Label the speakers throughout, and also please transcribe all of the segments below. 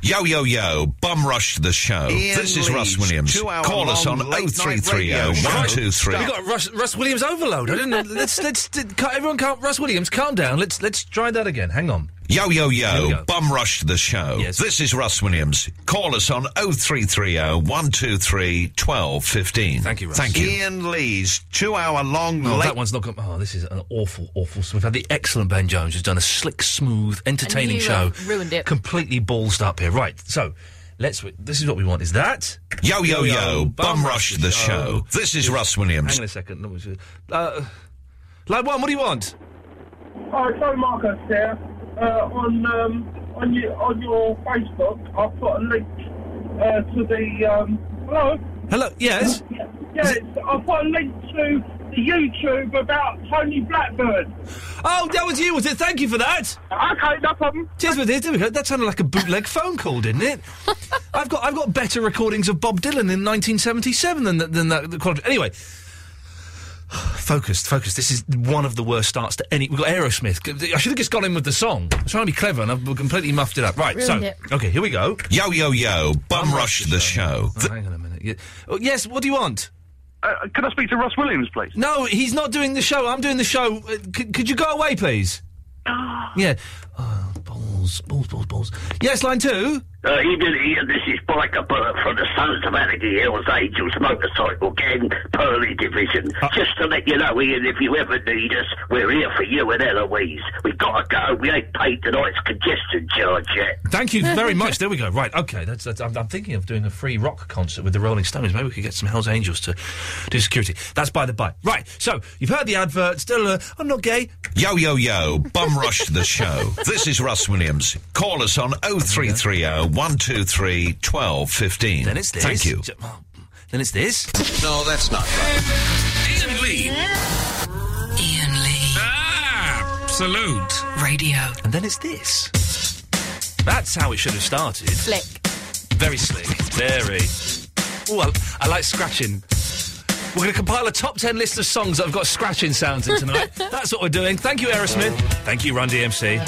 Speaker 1: Yo, yo, yo, bum rush the show.
Speaker 2: Ian
Speaker 1: Oh, this is Russ
Speaker 2: Lee's
Speaker 1: Williams.
Speaker 2: two-hour
Speaker 1: Call us on
Speaker 2: long late night
Speaker 1: 0330
Speaker 2: radio show.
Speaker 1: 123.
Speaker 3: We got Russ, Russ Williams overload. I didn't. let's let's d- ca- everyone calm. Russ Williams, calm down. Let's let's try that again. Hang on.
Speaker 1: Yo, yo,
Speaker 3: Here we
Speaker 1: yo,
Speaker 3: go.
Speaker 1: bum rush the show.
Speaker 3: Yes.
Speaker 1: This is Russ Williams. Call us on 0330 123 1215.
Speaker 3: Thank you, Russ.
Speaker 1: Thank you.
Speaker 2: Ian Lee's two-hour-long
Speaker 3: Oh,
Speaker 2: late
Speaker 3: that one's not got. Oh, this is an awful, awful. We've had the excellent Ben Jones, who's done a slick, smooth, entertaining
Speaker 4: you
Speaker 3: show.
Speaker 4: have ruined it.
Speaker 3: Completely ballsed up here. Right. So, let's. This is what we want. Is that?
Speaker 1: Yo, yo, yo, bum rush the show. This is Russ Williams.
Speaker 3: Hang on a second. Let me see. Uh, line one. What do you want?
Speaker 5: Hi, so Marcus here. Uh, on um, on your on your Facebook, I've got a link uh, to the um, hello.
Speaker 3: Hello. Yes.
Speaker 5: Yeah, it's, I've got a link to the YouTube about Tony Blackburn.
Speaker 3: Oh, that was you, was it? Thank you for that.
Speaker 5: Okay, no problem.
Speaker 3: Cheers with it. There we go. That sounded like a bootleg phone call, didn't it? I've got I've got better recordings of Bob Dylan in 1977 than that- than that. The quality. Anyway, focused, focused. This is one of the worst starts to any. We've got Aerosmith. I should have just gone in with the song. I was trying to be clever, and I've completely muffed it up. Right. so
Speaker 4: Ruined it.
Speaker 3: okay, here we go.
Speaker 1: Yo, yo, yo, bum rush the show.
Speaker 3: Oh, hang on a minute. Ye- oh, Yes. What do you want?
Speaker 6: Uh, can I speak to Russ Williams, please?
Speaker 3: No, he's not doing the show. I'm doing the show. Uh, c- could you go away, please? yeah. Oh, balls, balls, balls, balls. Yes, line two.
Speaker 7: Uh, Evening here, this is Biker Burt from the Sons of Anarchy Hells Angels Motorcycle Gang, Pearly Division. Just to let you know, Ian, if you ever need us, we're here for you and Eloise. we got to go. We ain't paid tonight's congestion charge yet.
Speaker 3: Thank you very much. There we go. Right. Okay. That's, that's, I'm, I'm thinking of doing a free rock concert with the Rolling Stones. Maybe we could get some Hell's Angels to do security. That's by the by. Right. So you've heard the advert. Still, uh, I'm not gay.
Speaker 1: Yo, yo, yo, bum rush the show. This is Russ Williams. Call us on 0330 123 1215.
Speaker 3: Then it's this.
Speaker 1: Thank you.
Speaker 3: J- oh, Then it's this.
Speaker 8: No, that's not right.
Speaker 9: Ian Lee. Ah.
Speaker 10: Ian Lee.
Speaker 9: Absolute.
Speaker 10: Radio.
Speaker 3: And then it's this. That's how it should have started.
Speaker 4: Flick.
Speaker 3: Very slick. Very. Oh, I, I like scratching. We're going to compile a top 10 list of songs that have got scratching sounds in tonight. That's what we're doing. Thank you, Aerosmith. Thank you, Run DMC.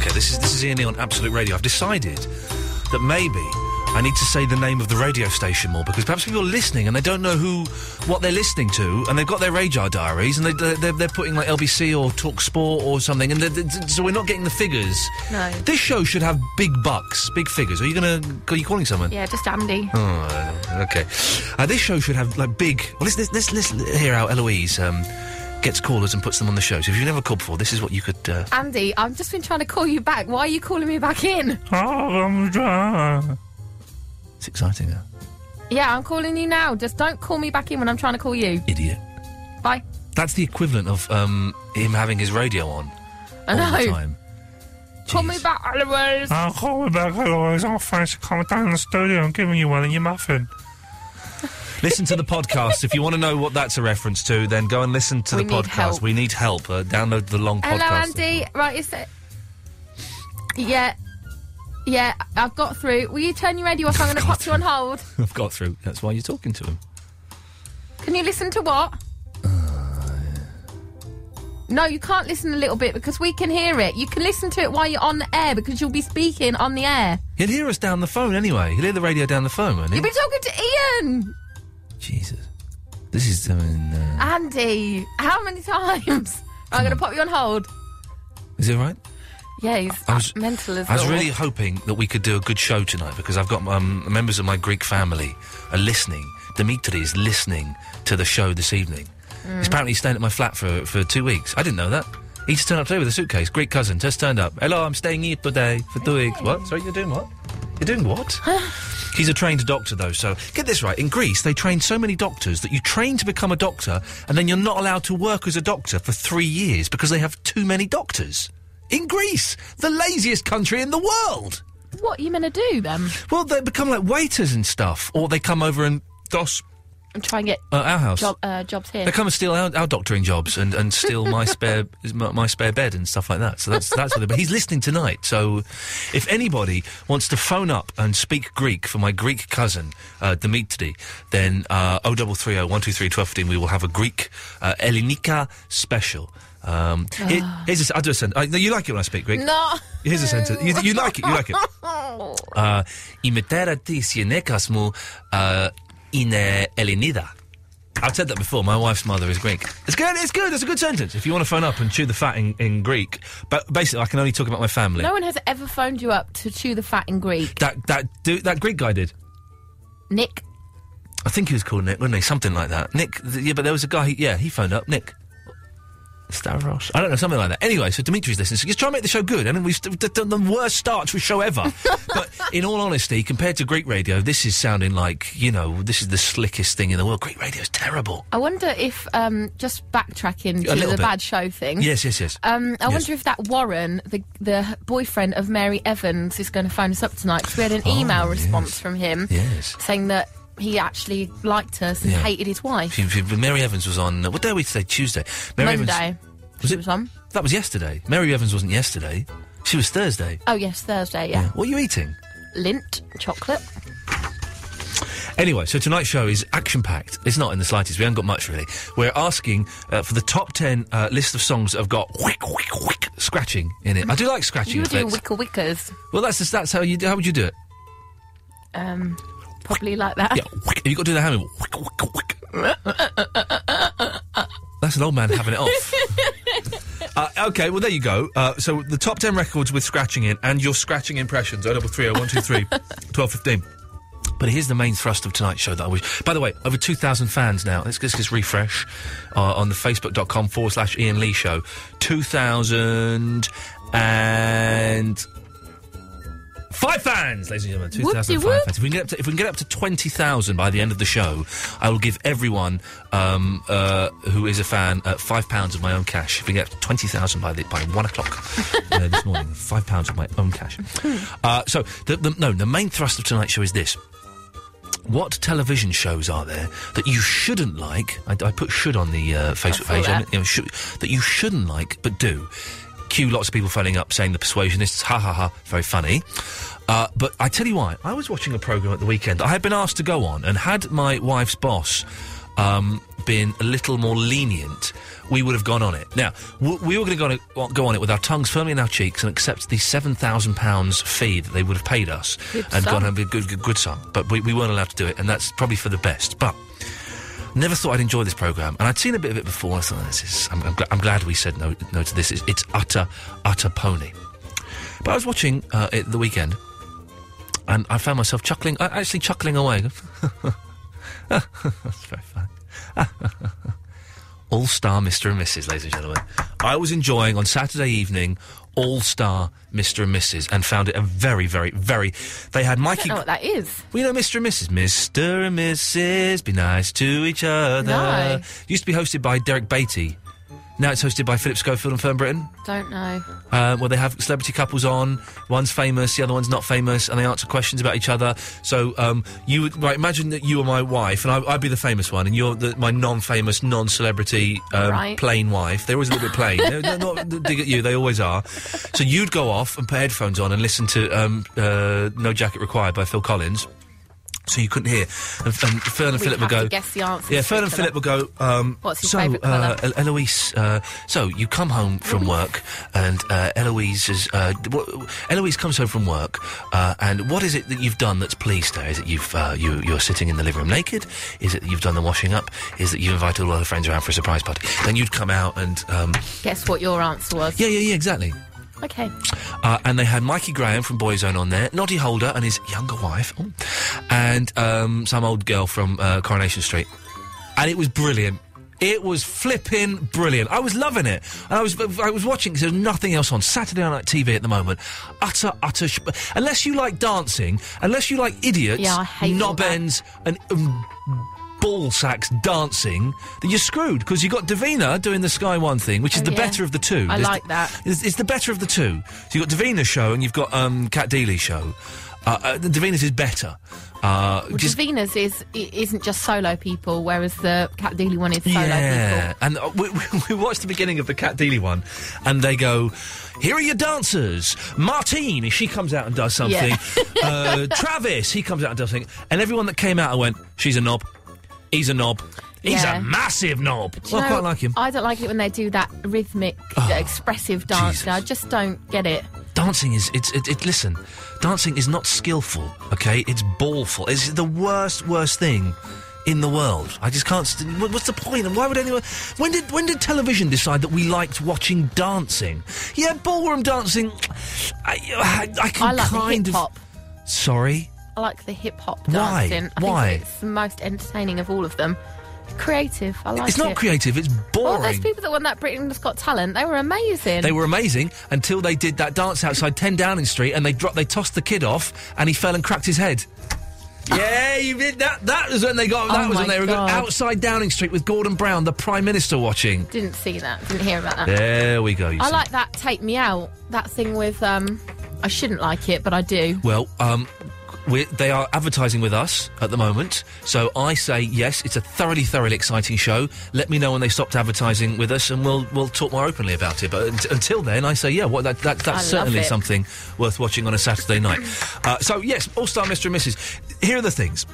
Speaker 3: Okay, this is this is Ian Lee on Absolute Radio. I've decided that maybe I need to say the name of the radio station more because perhaps people are listening and they don't know who what they're listening to, and they've got their radar diaries and they, they're, they're, they're putting like LBC or Talk Sport or something, and they're, they're- so we're not getting the figures.
Speaker 4: No.
Speaker 3: This show should have big bucks, big figures. Are you gonna? Are you calling someone?
Speaker 4: Yeah, just Andy.
Speaker 3: Oh, okay. Uh, this show should have like big. Well, let's let's, let's, let's hear how Eloise um, gets callers and puts them on the show. So if you've never called before, this is what you could. Uh,
Speaker 4: Andy, I've just been trying to call you back. Why are you calling me back in?
Speaker 3: it's exciting, uh,
Speaker 4: Yeah, I'm calling you now. Just don't call me back in when I'm trying to call you.
Speaker 3: idiot.
Speaker 4: Bye.
Speaker 3: That's the equivalent of um, him having his radio on
Speaker 4: I
Speaker 3: all the
Speaker 4: know.
Speaker 3: time.
Speaker 4: Call
Speaker 3: Jeez.
Speaker 4: me back, otherwise.
Speaker 9: I'll call me back, otherwise I'll fancy coming down in the studio and giving you one in your muffin.
Speaker 3: Listen to the podcast. If you want to know what that's a reference to, then go and listen to
Speaker 4: We
Speaker 3: the
Speaker 4: need
Speaker 3: podcast.
Speaker 4: help.
Speaker 3: We need help. Uh, download the long
Speaker 4: Hello,
Speaker 3: podcast.
Speaker 4: Andy. Right, is it? Yeah. Yeah, I've got through. Will you turn your radio off? I'm going to pop you on hold.
Speaker 3: I've got through. That's why you're talking to him.
Speaker 4: Can you listen to what? No, you can't listen a little bit because we can hear it. You can listen to it while you're on the air because you'll be speaking on the air.
Speaker 3: He'll hear us down the phone anyway. He'll hear the radio down the phone, won't he?
Speaker 4: You've been talking to Ian,
Speaker 3: Jesus. This is. I mean, uh,
Speaker 4: Andy. How many times? I'm going to pop you on hold.
Speaker 3: is it right?
Speaker 4: Yeah, he's
Speaker 3: I was-
Speaker 4: mental as
Speaker 3: I was
Speaker 4: well.
Speaker 3: really hoping that we could do a good show tonight because I've got um, members of my Greek family are listening. Dimitri is listening to the show this evening. He's apparently staying at my flat for, for two weeks. I didn't know that. He just turned up today with a suitcase. Greek cousin just turned up. Hello, I'm staying here today for two weeks. What? Sorry, you're doing what? You're doing what? He's a trained doctor, though, so get this right. In Greece, they train so many doctors that you train to become a doctor, and then you're not allowed to work as a doctor for three years because they have too many doctors. In Greece, the laziest country in the world.
Speaker 4: What are you going to do then?
Speaker 3: Well, they become like waiters and stuff, or they come over and dos
Speaker 4: and try and get
Speaker 3: Uh, our house.
Speaker 4: job, uh, jobs here.
Speaker 3: They come and steal our, our doctoring jobs and, and steal my spare my, my spare bed and stuff like that. So that's that's what. They, but he's listening tonight. So if anybody wants to phone up and speak Greek for my Greek cousin uh, Dimitri, then uh, 0330 123 1215, We will have a Greek uh, Ellinica special. Um, here- here's a, s- I'll do a sentence. Uh, no, you like it when I speak Greek.
Speaker 4: No.
Speaker 3: Here's a sentence. You, you like it. You like it. Uh, η μητέρα της γυναίκας μου uh, είναι Ελληνίδα. I've said that before. My wife's mother is Greek. It's good. It's good. It's a good sentence. If you want to phone up and chew the fat in, in Greek, but basically, I can only talk about my family.
Speaker 4: No one has ever phoned you up to chew the fat in Greek.
Speaker 3: That that dude, that Greek guy did.
Speaker 4: Nick,
Speaker 3: I think he was called Nick, wasn't he? Something like that. Nick. th- yeah, but there was a guy. He, yeah, he phoned up. Nick. Stavros. I don't know, something like that. Anyway, so Dimitri's listening. So just try and make the show good. I mean, we've st- d- done the worst start to a show ever. but in all honesty, compared to Greek radio, this is sounding like, you know, this is the slickest thing in the world. Greek radio is terrible.
Speaker 4: I wonder if um, just backtracking to the
Speaker 3: A little bit.
Speaker 4: bad show thing.
Speaker 3: Yes, yes, yes.
Speaker 4: Um, I
Speaker 3: Yes.
Speaker 4: wonder if that Warren, the the boyfriend of Mary Evans, is going to phone us up tonight because we had an
Speaker 3: Oh,
Speaker 4: email
Speaker 3: yes.
Speaker 4: response from him
Speaker 3: Yes.
Speaker 4: saying that he actually liked us and
Speaker 3: Yeah.
Speaker 4: hated his wife.
Speaker 3: She- she- Mary Evans was on. What day are we today? Tuesday. Mary
Speaker 4: Monday.
Speaker 3: Evans, was
Speaker 4: she
Speaker 3: it-
Speaker 4: was on.
Speaker 3: that was yesterday. Mary Evans wasn't yesterday. She was Thursday.
Speaker 4: Oh yes, Thursday. Yeah.
Speaker 3: What are you eating?
Speaker 4: Lint chocolate.
Speaker 3: Anyway, so tonight's show is action packed. It's not in the slightest. We haven't got much really. We're asking uh, for the top ten uh, list of songs that have got wick wick wick scratching in it. I do like scratching
Speaker 4: you were doing
Speaker 3: effects.
Speaker 4: wicker wickers.
Speaker 3: well, that's just, that's how you do, how would you do it?
Speaker 4: Um, probably like that.
Speaker 3: Yeah, wick. you got to do the hammer. Wick, wick, wick. That's an old man having it off. uh, okay, well there you go. Uh, so the top ten records with scratching in and your scratching impressions. O double three O one two three twelve fifteen. But here's the main thrust of tonight's show that I wish. By the way, over 2,000 fans now. Let's just, just refresh uh, on the facebook.com forward slash Ian Lee show. 2,000 and. Five fans, ladies and gentlemen. Two thousand five
Speaker 4: Whoop-de-whoop.
Speaker 3: fans. If we can get up to, if we can get up to twenty thousand by the end of the show, I will give everyone um, uh, who is a fan uh, five pounds of my own cash. If we can get up to twenty thousand by the, by one o'clock uh, this morning, five pounds of my own cash. Uh, so, the, the, no, the main thrust of tonight's show is this. What television shows are there that you shouldn't like? I, I put should on the uh, Facebook
Speaker 4: saw
Speaker 3: page.
Speaker 4: that.
Speaker 3: I mean, you know, should, that you shouldn't like, but do. Cue lots of people phoning up saying the persuasionists, ha ha ha, very funny. Uh, but I tell you why, I was watching a programme at the weekend that I had been asked to go on, and had my wife's boss um, been a little more lenient, we would have gone on it. Now, w- we were going to go on- go on it with our tongues firmly in our cheeks and accept the £7,000 fee that they would have paid us
Speaker 4: Good
Speaker 3: and
Speaker 4: sum.
Speaker 3: gone home with a good, good, good sum. But we, we weren't allowed to do it, and that's probably for the best. But never thought I'd enjoy this program, and I'd seen a bit of it before. I thought, this is. I'm, I'm, gl- I'm glad we said no, no to this. It's, it's utter, utter pony. But I was watching uh, it the weekend, and I found myself chuckling, uh, actually chuckling away. That's very funny. All Star Mr. and Mrs., ladies and gentlemen. I was enjoying on Saturday evening All Star Mr. and Mrs. and found it a very, very, very. They had
Speaker 4: I
Speaker 3: Mikey.
Speaker 4: don't know what that is.
Speaker 3: We know Mr. and Mrs. Mr. and Mrs. Be nice to each other.
Speaker 4: No.
Speaker 3: Used to be hosted by Derek Beatty. Now it's hosted by Philip Schofield and Fern Britton.
Speaker 4: Don't know.
Speaker 3: Uh, where they have celebrity couples on, one's famous, the other one's not famous, and they answer questions about each other. So um, you would right, imagine that you were my wife, and I, I'd be the famous one, and you're the, my non-famous, non-celebrity, um,
Speaker 4: Right.
Speaker 3: plain wife. They're always a little bit plain. they're, they're not they dig at you; they always are. So you'd go off and put headphones on and listen to um, uh, "No Jacket Required" by Phil Collins. So you couldn't hear, and, and Fern and
Speaker 4: We
Speaker 3: Philip
Speaker 4: have
Speaker 3: would go.
Speaker 4: to guess the answer.
Speaker 3: Yeah, Fern and Philip will go. Um,
Speaker 4: What's his
Speaker 3: so,
Speaker 4: favourite
Speaker 3: uh,
Speaker 4: colour?
Speaker 3: El- Eloise, uh, so you come home from work, and uh, Eloise is. Uh, d- wha- Eloise comes home from work, uh, and what is it that you've done that's pleased her? Is it you've uh, you, you're sitting in the living room naked? Is it that you've done the washing up? Is that you invited all her friends around for a surprise party? Then you'd come out and um,
Speaker 4: Guess what your answer was?
Speaker 3: yeah, yeah, yeah, exactly.
Speaker 4: Okay.
Speaker 3: Uh, and they had Mikey Graham from Boyzone on there, Noddy Holder and his younger wife, oh, and um, some old girl from uh, Coronation Street. And it was brilliant. It was flipping brilliant. I was loving it, and I was I was watching because there was nothing else on Saturday night TV at the moment. Utter utter. Sh- unless you like dancing, unless you like idiots,
Speaker 4: Yeah, I hate all that.
Speaker 3: knobends, and um, ball sacks dancing, then you're screwed because you got Davina doing the Sky One thing, which is
Speaker 4: Oh,
Speaker 3: the
Speaker 4: yeah.
Speaker 3: better of the two.
Speaker 4: I
Speaker 3: There's
Speaker 4: like that.
Speaker 3: it's, it's the better of the two. So you've got Davina's show and you've got um, Cat Dealey's show. Uh, uh, the Davina's is better. Uh,
Speaker 4: Well,
Speaker 3: just-
Speaker 4: Davina's is i- isn't just solo people, whereas the Cat Dealey one is solo people.
Speaker 3: yeah, and uh, we, we, we watched the beginning of the Cat Dealey one, and they go, "Here are your dancers: Martine, she comes out and does something.
Speaker 8: Yeah.
Speaker 3: uh, Travis, he comes out and does something." And everyone that came out, I went, "She's a knob. He's a knob. He's
Speaker 4: Yeah.
Speaker 3: a massive knob."
Speaker 4: Do you
Speaker 3: Well, I
Speaker 4: know,
Speaker 3: quite like him. Oh,
Speaker 4: I don't like it when they do that rhythmic, expressive dance. I just don't get it.
Speaker 3: Dancing is it's it, it listen, dancing is not skillful. Okay, it's ballful. It's the worst worst thing in the world. I just can't. St- wha- what's the point? And why would anyone? When did when did television decide that we liked watching dancing? Yeah, ballroom dancing. I I, I can
Speaker 4: I like the
Speaker 3: kind of.
Speaker 4: hip-hop.
Speaker 3: Sorry.
Speaker 4: I like the hip hop
Speaker 3: Why?
Speaker 4: dancing. I
Speaker 3: Why?
Speaker 4: think it's the most entertaining of all of them. Creative. I like
Speaker 3: it's
Speaker 4: it.
Speaker 3: not creative. It's
Speaker 4: Well,
Speaker 3: boring.
Speaker 4: those Oh, people that won that Britain's Got Talent, they were amazing.
Speaker 3: They were amazing until they did that dance outside 10 Downing Street and they dropped, they tossed the kid off and he fell and cracked his head. Yeah, you did that. That was when they got. That
Speaker 4: Oh
Speaker 3: was when
Speaker 4: my
Speaker 3: they were good.
Speaker 4: God.
Speaker 3: outside Downing Street with Gordon Brown, the Prime Minister, watching.
Speaker 4: Didn't see that. Didn't hear about that.
Speaker 3: There we go. You
Speaker 4: Uh, I
Speaker 3: see.
Speaker 4: like that. Take me out. That thing with um, I shouldn't like it, but I do.
Speaker 3: Well, um, we they are advertising with us at the moment, so I say yes. It's a thoroughly, thoroughly exciting show. Let me know when they stopped advertising with us, and we'll we'll talk more openly about it. But unt- until then, I say yeah. What that, that
Speaker 11: I
Speaker 3: that's
Speaker 11: love
Speaker 3: certainly
Speaker 11: it. Mm.
Speaker 3: something worth watching on a Saturday night. uh, so yes, All Star Mr. and Mrs. Here are the things.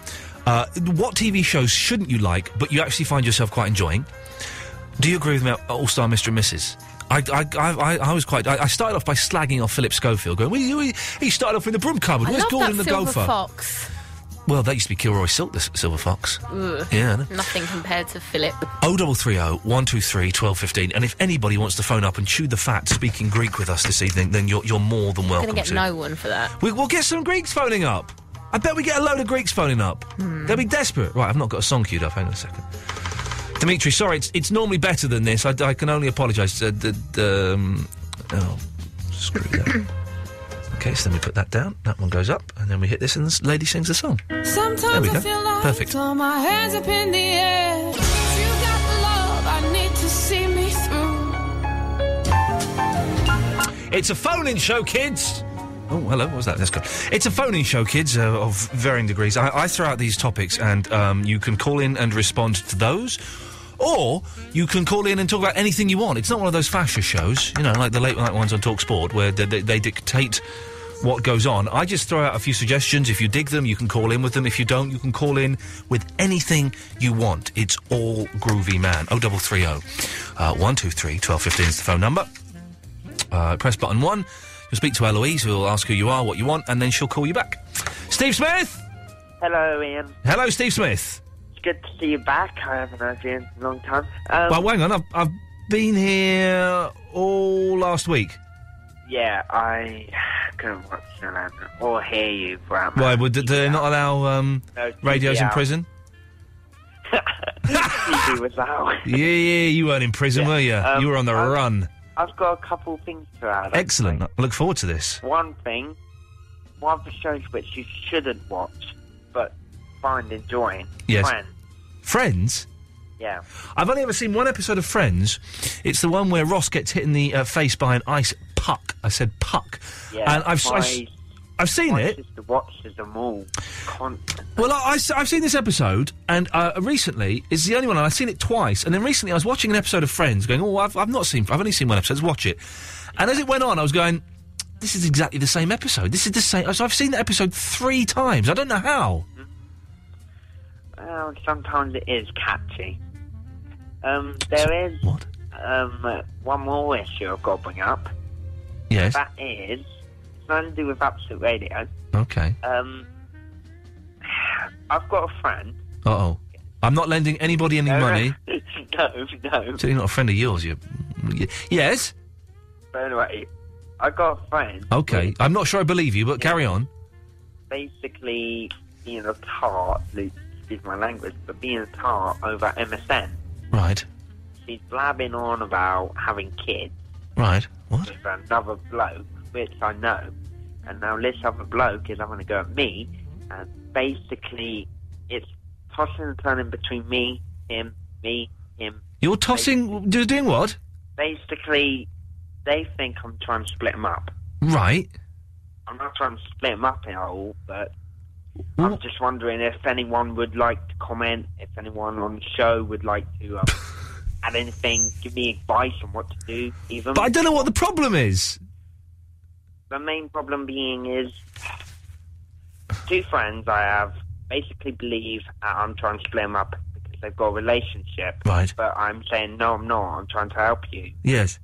Speaker 3: Uh, what TV shows shouldn't you like, but you actually find yourself quite enjoying? Do you agree with me, All Star Mr. and Mrs.? I, I, I, I- I was quite. I, I started off by slagging off Philip Schofield, going, well, he, he started off in the broom cupboard.
Speaker 4: I
Speaker 3: Where's
Speaker 4: love
Speaker 3: Gordon
Speaker 4: that
Speaker 3: the
Speaker 4: silver
Speaker 3: Gopher?
Speaker 4: fox.
Speaker 3: Well, that used to be Kilroy Silk, the s- Silver Fox. Oh
Speaker 4: Ugh.
Speaker 3: Yeah, I know.
Speaker 4: Nothing compared to Philip.
Speaker 3: 0330 123 1215. And if anybody wants to phone up and chew the fat speaking Greek with us this evening, then you're, you're more than
Speaker 4: I'm
Speaker 3: welcome
Speaker 4: gonna get
Speaker 3: to.
Speaker 4: no one for that.
Speaker 3: We, we'll get some Greeks phoning up. I bet we get a load of Greeks phoning up. They'll be desperate. Right, I've not got a song queued up. Hang on a second. Dimitri, sorry, it's, it's normally better than this. I, I can only apologise. Uh, the, the, um, oh, screw that. okay, so then we put that down. That one goes up, and then we hit this, and this lady sings the song. There we
Speaker 12: Sometimes
Speaker 3: go.
Speaker 12: I feel like
Speaker 3: Perfect.
Speaker 12: throw my hands up in the air. If you got love, I need to see me through.
Speaker 3: It's a phone-in show, kids. Oh, hello. What was that? That's good. It's a phone-in show, kids, uh, of varying degrees. I, I throw out these topics, and um, you can call in and respond to those, or you can call in and talk about anything you want. It's not one of those fascist shows, you know, like the late night ones on Talk Sport, where they, they, they dictate what goes on. I just throw out a few suggestions. If you dig them, you can call in with them. If you don't, you can call in with anything you want. It's all groovy, man. Oh, double three oh, one two three twelve fifteen is the phone number. Uh, press button one. You'll speak to Eloise, who will ask who you are, what you want, and then she'll call you back. Steve Smith!
Speaker 13: Hello, Ian.
Speaker 3: Hello, Steve Smith.
Speaker 13: It's good to see you back. I haven't heard you in a long time. Um,
Speaker 3: well, hang on, I've, I've been here all last week.
Speaker 13: yeah, I couldn't watch the land or hear you from
Speaker 3: Why, would did they not allow um,
Speaker 13: No,
Speaker 3: radios in
Speaker 13: TBR.
Speaker 3: prison?
Speaker 13: TV was out.
Speaker 3: Yeah, yeah, you weren't in prison, were you?
Speaker 13: um,
Speaker 3: you were on the
Speaker 13: I've-
Speaker 3: run.
Speaker 13: I've got a couple things to add.
Speaker 3: Excellent. I look forward to this.
Speaker 13: One thing, one of the shows which you shouldn't watch, but find enjoying.
Speaker 3: Yes.
Speaker 13: Friends.
Speaker 3: Friends?
Speaker 13: Yeah.
Speaker 3: I've only ever seen one episode of Friends. It's the one where Ross gets hit in the uh, face by an ice puck. I said puck.
Speaker 13: Yeah.
Speaker 3: and I've,
Speaker 13: my
Speaker 3: I, have seen it.
Speaker 13: sister watches them all constantly.
Speaker 3: Well, I, have seen this episode, and uh, recently it's the only one, and I've seen it twice. And then recently I was watching an episode of Friends, going, "Oh, I've, I've not seen, I've only seen one episode. Let's watch it." And as it went on, I was going, "This is exactly the same episode. This is the same." So I've seen the episode three times. I don't know how.
Speaker 13: Well, sometimes it is catchy. Um, there is um one more issue I've got to bring up.
Speaker 3: Yes.
Speaker 13: That is it's nothing to do with Absolute Radio.
Speaker 3: Okay.
Speaker 13: Um, I've got a friend.
Speaker 3: Uh oh. I'm not lending anybody any money.
Speaker 13: no, no.
Speaker 3: Certainly not a friend of yours. You. y- Yes.
Speaker 13: But anyway, I got a friend.
Speaker 3: Okay. I'm not sure I believe you, but carry on.
Speaker 13: Basically, being a tart. Luke, excuse my language, but being a tart over MSN.
Speaker 3: Right.
Speaker 13: She's blabbing on about having kids.
Speaker 3: Right. What?
Speaker 13: with another bloke, which I know. And now this other bloke is having a go at me, and basically it's tossing and turning between me, him, me, him.
Speaker 3: You're tossing. You're doing what?
Speaker 13: Basically, they think I'm trying to split them up.
Speaker 3: Right.
Speaker 13: I'm not trying to split them up at all, but I'm just wondering if anyone would like to comment, if anyone on the show would like to um, add anything, give me advice on what to do, even.
Speaker 3: But I don't know what the problem is.
Speaker 13: The main problem being is two friends I have basically believe that I'm trying to split them up because they've got a relationship.
Speaker 3: Right.
Speaker 13: But I'm saying, no, I'm not. I'm trying to help you.
Speaker 3: Yes.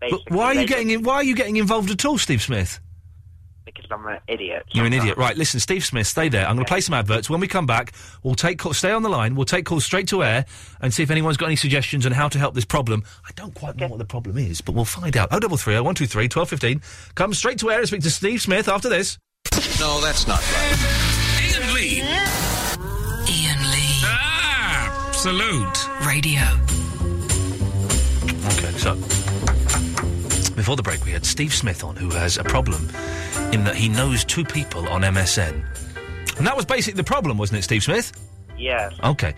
Speaker 13: Basically,
Speaker 3: Why are you
Speaker 13: they-
Speaker 3: getting in, why are you getting involved at all, Steve Smith?
Speaker 13: Because I'm an idiot.
Speaker 3: You're an idiot. Right, listen, Steve Smith, stay there. I'm going to play some adverts. When we come back, we'll take call, stay on the line. We'll take calls straight to air and see if anyone's got any suggestions on how to help this problem. I don't quite know what the problem is, but we'll find out. Oh, 0330 123 1215. Come straight to air and speak to Steve Smith after this.
Speaker 8: No, that's not
Speaker 10: Ian Lee. Ian Lee.
Speaker 3: Absolute.
Speaker 10: Radio.
Speaker 3: Okay, so before the break, we had Steve Smith on, who has a problem in that he knows two people on MSN. And that was basically the problem, wasn't it, Steve Smith?
Speaker 13: Yes.
Speaker 3: Okay.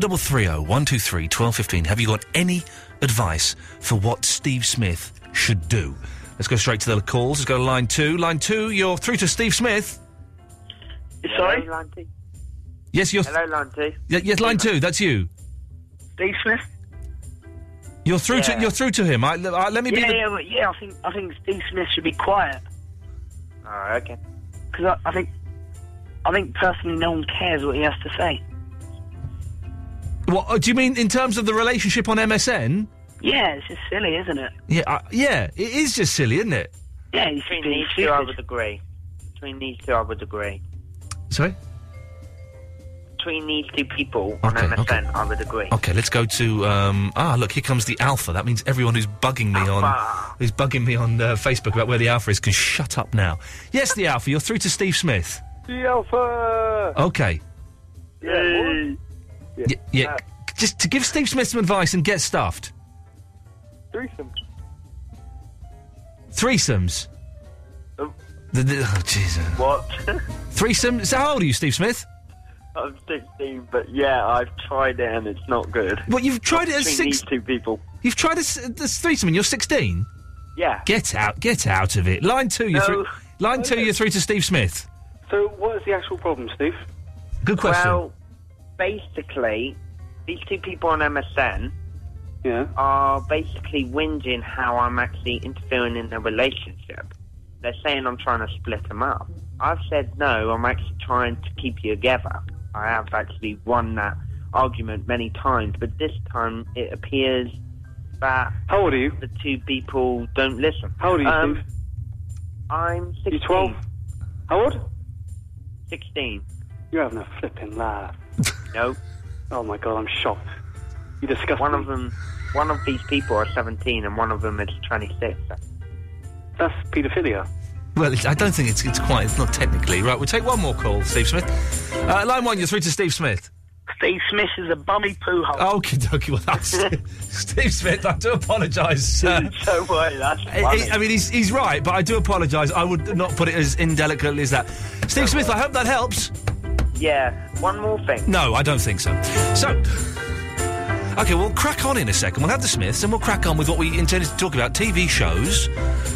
Speaker 3: 0330 123 1215. Have you got any advice for what Steve Smith should do? Let's go straight to the calls. Let's go to line two. Line two, you're through to Steve Smith.
Speaker 13: Sorry? Hello, line two.
Speaker 3: Yes, you're.
Speaker 13: Hello, line two.
Speaker 3: Y- yes, line two. That's you.
Speaker 11: Steve Smith.
Speaker 3: You're through to
Speaker 11: Yeah.
Speaker 3: you're through to him. I, I, let me
Speaker 11: yeah,
Speaker 3: be. The,
Speaker 11: yeah, but yeah. I think I think Steve Smith should be quiet
Speaker 13: Oh, okay.
Speaker 11: because I, I think I think personally no one cares what he has to say.
Speaker 3: What uh, do you mean in terms of the relationship on MSN?
Speaker 11: Yeah, it's just silly, isn't it?
Speaker 3: Yeah, uh, yeah. It is just silly, isn't it?
Speaker 11: Yeah, he's
Speaker 13: Between these two, I would agree. Between these two, I would agree.
Speaker 3: Sorry.
Speaker 13: Between these two people on
Speaker 3: Okay,
Speaker 13: MSN, I would agree.
Speaker 3: Okay, let's go to um, ah. Look, here comes the alpha. That means everyone who's bugging me on
Speaker 13: Alpha.
Speaker 3: who's bugging me on uh, Facebook about where the alpha is can shut up now. Yes, the alpha. You're through to Steve Smith.
Speaker 14: The Alpha.
Speaker 3: Okay.
Speaker 14: Yeah.
Speaker 3: Oh. Yeah. yeah. Just to give Steve Smith some advice and get stuffed.
Speaker 14: Threesome.
Speaker 3: Threesomes.
Speaker 14: Um.
Speaker 3: The- the- oh, Jesus.
Speaker 14: What?
Speaker 3: Threesomes. So how old are you, Steve Smith?
Speaker 14: I'm 16, but yeah, I've tried it and it's not good.
Speaker 3: Well, you've tried it at
Speaker 14: Between
Speaker 3: six-
Speaker 14: These two people.
Speaker 3: You've tried this, this threesome and you're 16.
Speaker 14: Yeah.
Speaker 3: Get out. Get out of it. Line two. You're
Speaker 14: No.
Speaker 3: through. Line two. You're through to Steve Smith.
Speaker 14: So, what is the actual problem, Steve?
Speaker 3: Good question.
Speaker 13: Well, basically, these two people on MSN
Speaker 14: Yeah.
Speaker 13: are basically whinging how I'm actually interfering in their relationship. They're saying I'm trying to split them up. I've said no, I'm actually trying to keep you together. I have actually won that argument many times, but this time it appears that
Speaker 14: How old are you?
Speaker 13: the two people don't listen.
Speaker 14: How old are you,
Speaker 13: Um,
Speaker 14: Steve?
Speaker 13: I'm 16.
Speaker 14: You're 12. How old?
Speaker 13: 16.
Speaker 14: You're having a flipping laugh.
Speaker 13: No.
Speaker 14: Oh my god, I'm shocked. You disgust
Speaker 13: One
Speaker 14: me.
Speaker 13: of them, one of these people are 17, and one of them is 26.
Speaker 14: That's paedophilia.
Speaker 3: Well, it's, I don't think it's, it's quite. It's not technically right. We'll take one more call, Steve Smith. Uh, line one, you're through to Steve Smith.
Speaker 11: Steve Smith is a bummy poo hole.
Speaker 3: Okay, dokie. Well, that's Steve Smith. I do apologise. sir.
Speaker 11: Don't worry, that's
Speaker 3: I, I- I mean, he's, he's right, but I do apologise. I would not put it as indelicately as that. Steve Smith, I hope that helps.
Speaker 13: Yeah. One more thing.
Speaker 3: No, I don't think so. So, okay, we'll crack on in a second. We'll have the Smiths and we'll crack on with what we intended to talk about TV shows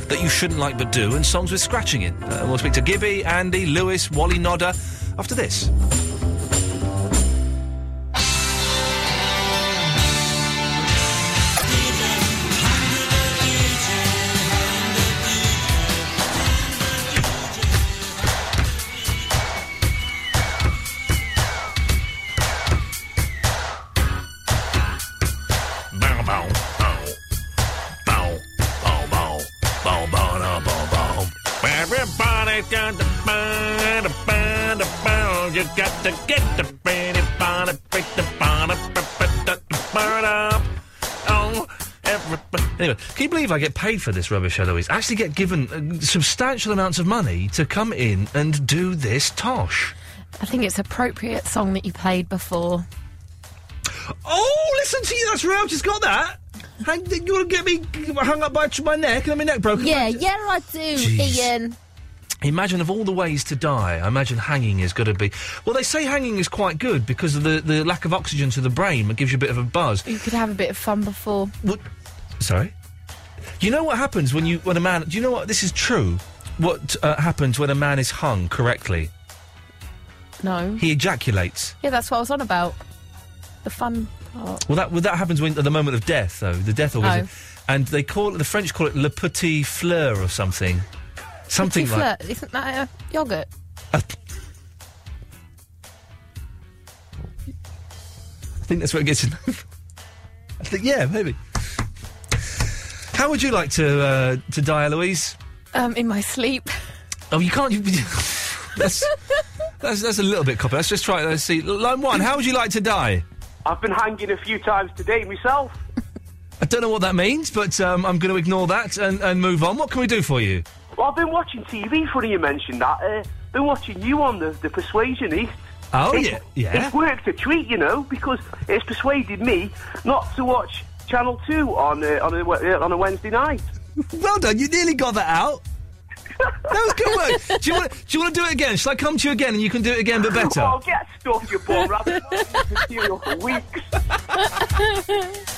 Speaker 3: that you shouldn't like but do and songs with scratching in. Uh, we'll speak to Gibby, Andy, Lewis, Wally Nodder after this.
Speaker 15: Bow bow bow. Bow bow bow. Bow bow da, bow bow. Everybody's got to find a find a bow. You got to get the pretty body, pretty body, pretty body up. Oh, everybody.
Speaker 3: Anyway, can you believe I get paid for this rubbish, Eloise? I actually get given uh, substantial amounts of money to come in and do this tosh.
Speaker 4: I think it's appropriate song that you played before.
Speaker 3: Oh, listen to you. That's right. I've just got that. Hang, you want to get me hung up by my neck and have my neck broken?
Speaker 4: Yeah, yeah, I do, Ian.
Speaker 3: Imagine of all the ways to die, I imagine hanging is going to be. Well, they say hanging is quite good because of the, the lack of oxygen to the brain. It gives you a bit of a buzz.
Speaker 4: You could have a bit of fun before.
Speaker 3: Sorry. You know what happens when you when a man? Do you know what? This is true. what uh, happens when a man is hung correctly?
Speaker 4: No.
Speaker 3: He ejaculates.
Speaker 4: Yeah, that's what I was on about. The fun part.
Speaker 3: Well, that well, that happens when at the moment of death, though the death orgasm,
Speaker 4: Oh.
Speaker 3: and they call it the French call it le petit fleur or something, something
Speaker 4: Petit
Speaker 3: like
Speaker 4: fleur. Isn't that a yogurt?
Speaker 3: I think that's where it gets in. I think yeah, maybe. How would you like to uh, to die, Eloise?
Speaker 4: Um, in my sleep.
Speaker 3: Oh, you can't. You, that's, that's that's a little bit copy. Let's just try. it. Let's see. Line one. How would you like to die?
Speaker 8: I've been hanging a few times today myself.
Speaker 3: I don't know what that means, but um, I'm going to ignore that and, and move on. What can we do for you?
Speaker 8: Well, I've been watching TV. Funny you mentioned that. Uh, been watching you on the the Persuasionist.
Speaker 3: Oh,
Speaker 8: It's-
Speaker 3: yeah, yeah.
Speaker 8: It's worked a treat, you know, because it's persuaded me not to watch Channel Two on uh, on a we- uh, on a Wednesday night.
Speaker 3: Well done. You nearly got that out. That was good work. do you want do you want to do it again? Shall I come to you again and you can do it again but better?
Speaker 8: Oh, get stuffed, you poor rabbit. I've been seeing you for weeks.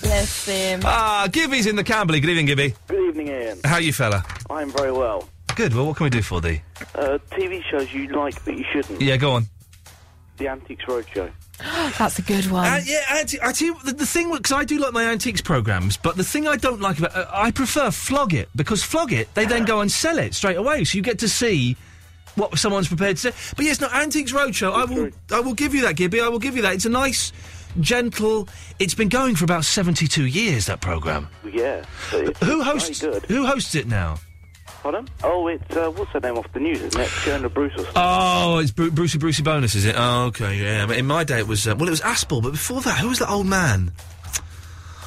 Speaker 4: Bless him.
Speaker 3: Ah, Gibby's in the Camberley. Good evening, Gibby.
Speaker 16: Good evening, Ian.
Speaker 3: How you fella?
Speaker 16: I'm very well.
Speaker 3: Good. Well, what can we do for thee?
Speaker 16: Uh, TV shows you like but you shouldn't.
Speaker 3: Yeah, go on.
Speaker 16: The Antiques Roadshow.
Speaker 4: That's a good one.
Speaker 3: Uh, yeah, anti- I tell you, the, the thing because I do like my antiques programs, but the thing I don't like about uh, I prefer flog it because flog it they then go and sell it straight away, so you get to see what someone's prepared to say. But yes, no antiques roadshow. I will, I will give you that, Gibby. I will give you that. It's a nice, gentle. It's been going for about seventy-two years that program.
Speaker 16: Yeah. So it's
Speaker 3: Who
Speaker 16: it's
Speaker 3: hosts?
Speaker 16: Very good.
Speaker 3: Who hosts it now?
Speaker 16: Pardon? Oh, it's uh, what's her name off the news? Isn't it? Fiona Bruce or something.
Speaker 3: Oh, it's Bru- Brucey Brucey Bonus, is it? Oh, okay, yeah. But in my day, it was uh, well, it was Aspel, but before that, who was that old man?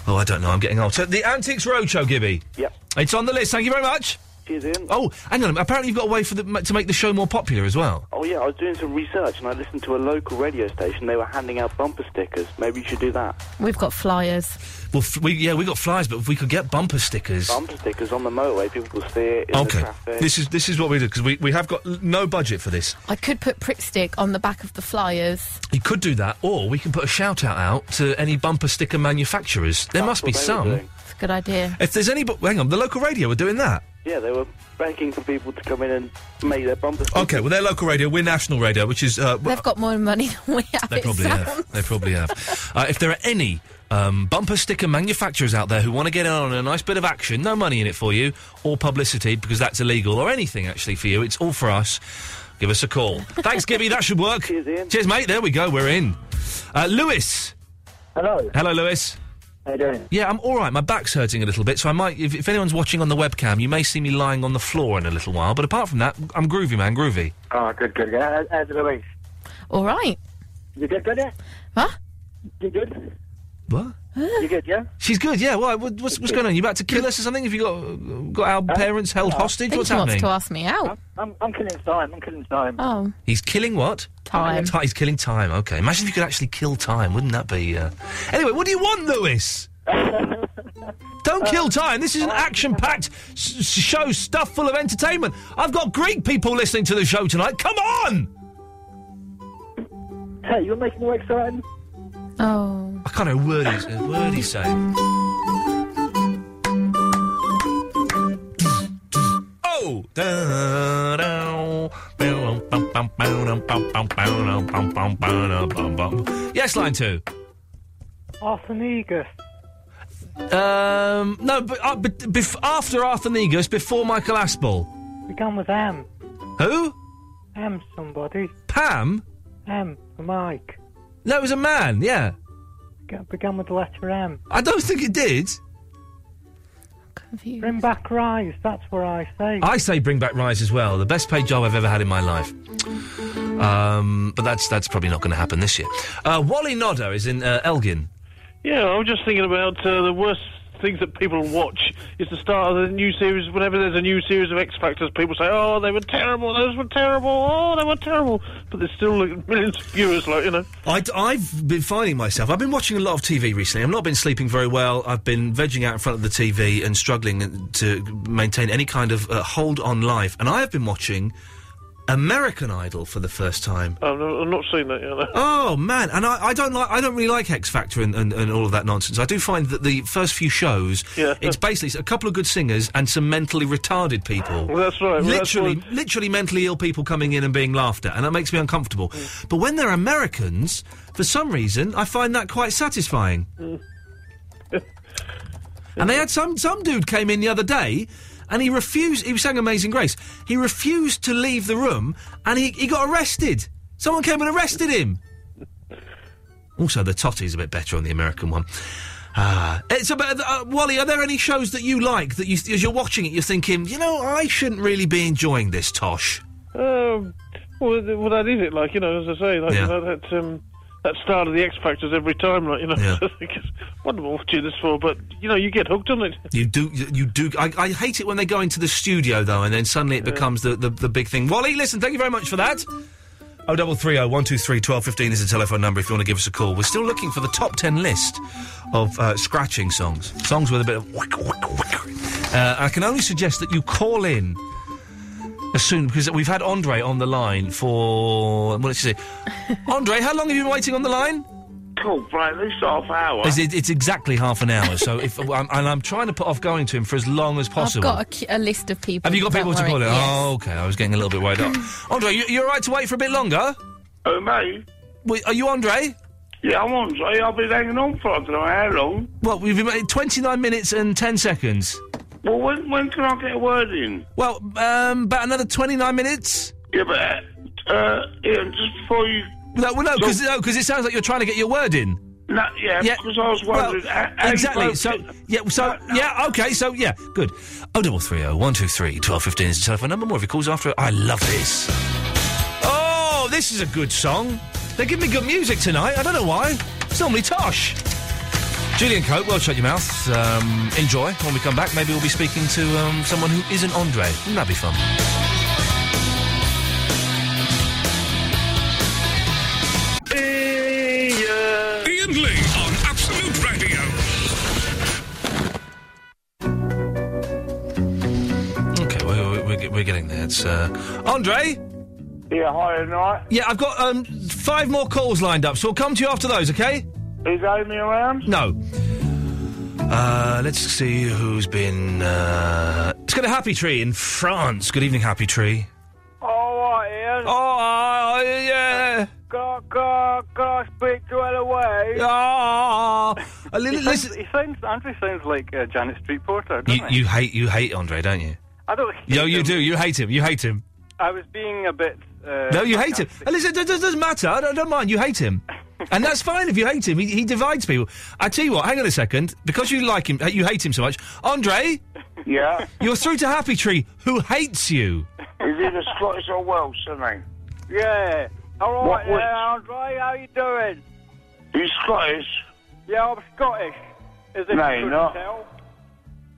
Speaker 3: Oh, I don't know. I'm getting old. So the Antiques Roadshow, Gibby.
Speaker 16: Yep.
Speaker 3: It's on the list. Thank you very much.
Speaker 16: Cheers, Ian.
Speaker 3: Oh, hang on. Apparently, you've got a way for the, m- to make the show more popular as well.
Speaker 16: Oh yeah, I was doing some research and I listened to a local radio station. They were handing out bumper stickers. Maybe you should do that.
Speaker 4: We've got flyers.
Speaker 3: Well, f- we, yeah, we got flyers, but if we could get bumper stickers.
Speaker 16: Bumper stickers on the motorway. People will see it in the
Speaker 3: okay.
Speaker 16: traffic.
Speaker 3: This is this is what we do because we, we have got l- no budget for this.
Speaker 4: I could put prick stick on the back of the flyers.
Speaker 3: You could do that, or we can put a shout out out to any bumper sticker manufacturers. There must be
Speaker 16: what they were
Speaker 3: some.
Speaker 16: doing.
Speaker 4: It's a good idea.
Speaker 3: If there's any, but hang on, the local radio are doing that.
Speaker 16: Yeah, they were begging for people to come in and make their bumper stickers.
Speaker 3: Okay, well, they're local radio. We're national radio, which is. Uh, w-
Speaker 4: They've got more money than we have.
Speaker 3: they
Speaker 4: it
Speaker 3: probably
Speaker 4: sounds.
Speaker 3: have. They probably have. Uh, if there are any um, bumper sticker manufacturers out there who want to get in on a nice bit of action, no money in it for you, or publicity because that's illegal, or anything actually for you, it's all for us. Give us a call. Thanks, Gibby. That should work. Cheers, mate. There we go. We're in. Uh, Lewis.
Speaker 17: Hello.
Speaker 3: Hello, Lewis.
Speaker 17: How you doing?
Speaker 3: Yeah, I'm all right. My back's hurting a little bit, so I might. If, if anyone's watching on the webcam, you may see me lying on the floor in a little while. But apart from that, I'm groovy, man. Groovy.
Speaker 17: Oh, good, good, good. How- How's it going?
Speaker 4: All right.
Speaker 17: You good, good, yeah?
Speaker 4: Huh?
Speaker 17: You good?
Speaker 3: What?
Speaker 17: You good, yeah?
Speaker 3: She's good, yeah. Why? What, what's, what's going on? You about to kill us or something? Have you got got our parents held hostage?
Speaker 4: I think
Speaker 3: What's
Speaker 4: he wants
Speaker 3: happening?
Speaker 4: to ask me out.
Speaker 17: Oh, I'm, I'm killing time. I'm killing time.
Speaker 4: Oh.
Speaker 3: He's killing what?
Speaker 4: Time.
Speaker 3: Ti- he's killing time. Okay. Imagine if you could actually kill time. Wouldn't that be? Uh... Anyway, what do you want, Lewis? Don't kill time. This is an action-packed s- s- show, stuff full of entertainment. I've got Greek people listening to the show tonight. Come on!
Speaker 17: Hey, you're making me exciting.
Speaker 4: Oh.
Speaker 3: I can't know a word he's, a word he's saying. Oh! Yes, line two.
Speaker 18: Arthur Negus.
Speaker 3: Um, no, but, uh, but bef- after Arthur Negus, before Michael Aspel.
Speaker 18: Began with M.
Speaker 3: Who?
Speaker 18: M somebody.
Speaker 3: Pam?
Speaker 18: M for Mike.
Speaker 3: No, it was a man, yeah.
Speaker 18: Began- Began with the letter M.
Speaker 3: I don't think it did.
Speaker 18: Bring back Rise, that's what I say.
Speaker 3: I say bring back Rise as well. The best paid job I've ever had in my life. Um, but that's that's probably not going to happen this year. Uh, Wally Nodder is in uh, Elgin.
Speaker 6: Yeah, I was just thinking about uh, the worst things that people watch is the start of the new series. Whenever there's a new series of X Factors, people say, "Oh, they were terrible. Those were terrible. Oh, they were terrible." But there's still like, millions of viewers, like you know.
Speaker 3: I, have been finding myself. I've been watching a lot of TV recently. I've not been sleeping very well. I've been vegging out in front of the TV and struggling to maintain any kind of uh, hold on life. And I have been watching American Idol for the first time.
Speaker 6: I've not, I've not seen that yet. no.
Speaker 3: Oh man, and I, I don't like I don't really like X Factor and, and, and all of that nonsense. I do find that the first few shows,
Speaker 6: Yeah.
Speaker 3: it's basically a couple of good singers and some mentally retarded people.
Speaker 6: Well, that's right. Well, that's
Speaker 3: literally, literally mentally ill people coming in and being laughed at, and that makes me uncomfortable. But when they're Americans, for some reason, I find that quite satisfying.
Speaker 6: Mm.
Speaker 3: And they had some some dude came in the other day, and he refused. He sang Amazing Grace. He refused to leave the room, and he, he got arrested. Someone came and arrested him. Also, the Totty's a bit better on the American one. Ah, it's about uh, Wally. Are there any shows that you like that you, as you're watching it, you're thinking, you know, I shouldn't really be enjoying this, Tosh?
Speaker 6: Um, well, th- well, that is it. Like you know, as I say, like
Speaker 3: Yeah.
Speaker 6: you know, that um, that start of the X Factors every time. Like you know,
Speaker 3: Yeah.
Speaker 6: what am I watching this for? But you know, you get hooked on it.
Speaker 3: You do, you you do. I, I hate it when they go into the studio though, and then suddenly it becomes the, the, the big thing. Wally, listen, thank you very much for that. Oh double three oh one two three twelve fifteen is the telephone number if you want to give us a call. We're still looking for the top ten list of uh, scratching songs, songs with a bit of. Whack, whack, whack. Uh, I can only suggest that you call in as soon because we've had Andre on the line for what did she say? Andre, how long have you been waiting on the line?
Speaker 19: Cool, right, at least half hour.
Speaker 3: It's, it's exactly half an hour, so if I'm, and I'm trying to put off going to him for as long as possible.
Speaker 4: I've got a, cu- a list of people.
Speaker 3: Have you got
Speaker 4: don't
Speaker 3: people to
Speaker 4: worry.
Speaker 3: call it?
Speaker 4: Yes.
Speaker 3: Oh, okay. I was getting a little bit worried up. Andre, you, you're right to wait for a bit longer.
Speaker 19: Oh, mate.
Speaker 3: Wait, are you Andre?
Speaker 19: Yeah, I'm on, Jay. I've been hanging on for I don't know how long.
Speaker 3: Well, we've been waiting 29 minutes and 10 seconds.
Speaker 19: Well, when, when can I get a word in?
Speaker 3: Well, um, about another 29 minutes.
Speaker 19: Yeah, but, uh, Ian, just before you...
Speaker 3: No, well, no, because it sounds like you're trying to get your word in.
Speaker 19: No, yeah, because I was wondering...
Speaker 3: Well,
Speaker 19: how- how you
Speaker 3: exactly.
Speaker 19: both
Speaker 3: So
Speaker 19: get-
Speaker 3: yeah. So yeah. Okay. So yeah. Good. Oh, double three oh one two three twelve fifteen is the telephone number. More if he calls after. it. I love this. Oh, this is a good song. They're giving me good music tonight. I don't know why. It's normally Tosh. Julian Cope, well, shut your mouth. Um, enjoy. When we come back, maybe we'll be speaking to um, someone who isn't Andre. Wouldn't that be fun?
Speaker 10: Ian Lee on Absolute Radio.
Speaker 3: Okay, we're, we're- we're, get- we're getting there. It's uh, Andre.
Speaker 19: Yeah, hi, night.
Speaker 3: Yeah, I've got um, five more calls lined up, so we'll come to you after those. Okay?
Speaker 19: Is Amy around?
Speaker 3: No. Uh, let's see who's been. Uh... It's got a happy tree in France. Good evening, happy tree.
Speaker 20: All right, Ian.
Speaker 3: Oh, yeah.
Speaker 20: Got, got, got to speak to Ella Way.
Speaker 3: Ah, a
Speaker 20: he,
Speaker 3: little-
Speaker 20: sounds,
Speaker 3: listen-
Speaker 20: he sounds, Andrew sounds like uh, Janet Street Porter, doesn't
Speaker 3: You,
Speaker 20: he?
Speaker 3: you hate you hate Andre, don't you?
Speaker 20: I don't. hate
Speaker 3: Yo, you
Speaker 20: him.
Speaker 3: do. You hate him. You hate him.
Speaker 20: I was being a bit. Uh,
Speaker 3: no, you hate him. And listen, it doesn't doesn't matter. I don't, I don't mind. You hate him. and that's fine if you hate him. He, he divides people. I tell you what, hang on a second. Because you like him, you hate him so much. Andre?
Speaker 19: Yeah?
Speaker 3: You're through to Happy Tree, who hates you.
Speaker 19: Is he the Scottish or Welsh, isn't
Speaker 20: Yeah. All
Speaker 19: What
Speaker 20: right,
Speaker 19: was-
Speaker 20: yeah, Andre, how you doing?
Speaker 19: he? He's Scottish.
Speaker 20: Yeah, I'm Scottish. Is it
Speaker 19: No, you're not.
Speaker 20: Tell?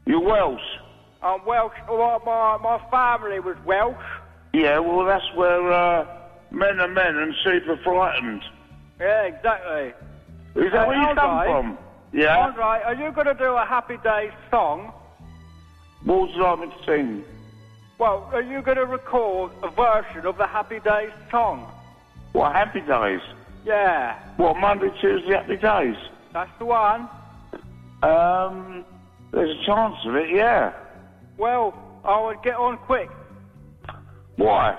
Speaker 19: You're Welsh.
Speaker 20: I'm Welsh. Well, my my family was Welsh.
Speaker 19: Yeah, well, that's where, uh, men are men and super frightened.
Speaker 20: Yeah, exactly.
Speaker 19: Is that
Speaker 20: Uh,
Speaker 19: where you come
Speaker 20: Andre?
Speaker 19: from? Yeah?
Speaker 20: Andre, are you going to do a Happy Days song?
Speaker 19: What would you like me to sing?
Speaker 20: Well, are you going to record a version of the Happy Days song?
Speaker 19: What, happy days?
Speaker 20: Yeah,
Speaker 19: What, Monday, Tuesday, happy days?
Speaker 20: that's the one.
Speaker 19: Um, there's a chance of it, yeah.
Speaker 20: Well, I would get on quick.
Speaker 19: Why?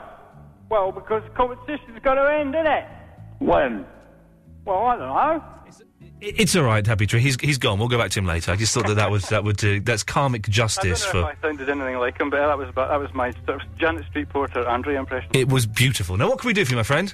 Speaker 20: Well, because the competition's going to end, isn't it?
Speaker 19: When?
Speaker 20: Well, I don't know.
Speaker 3: I- It's all right, Happy Tree. He's he's gone. We'll go back to him later. I just thought that that was that would uh, that's karmic justice
Speaker 20: I don't know
Speaker 3: for.
Speaker 20: if I sounded anything like him, but that was about, that was my sort of Janet Street Porter Andre impression.
Speaker 3: It was beautiful. Now, what can we do for you, my friend?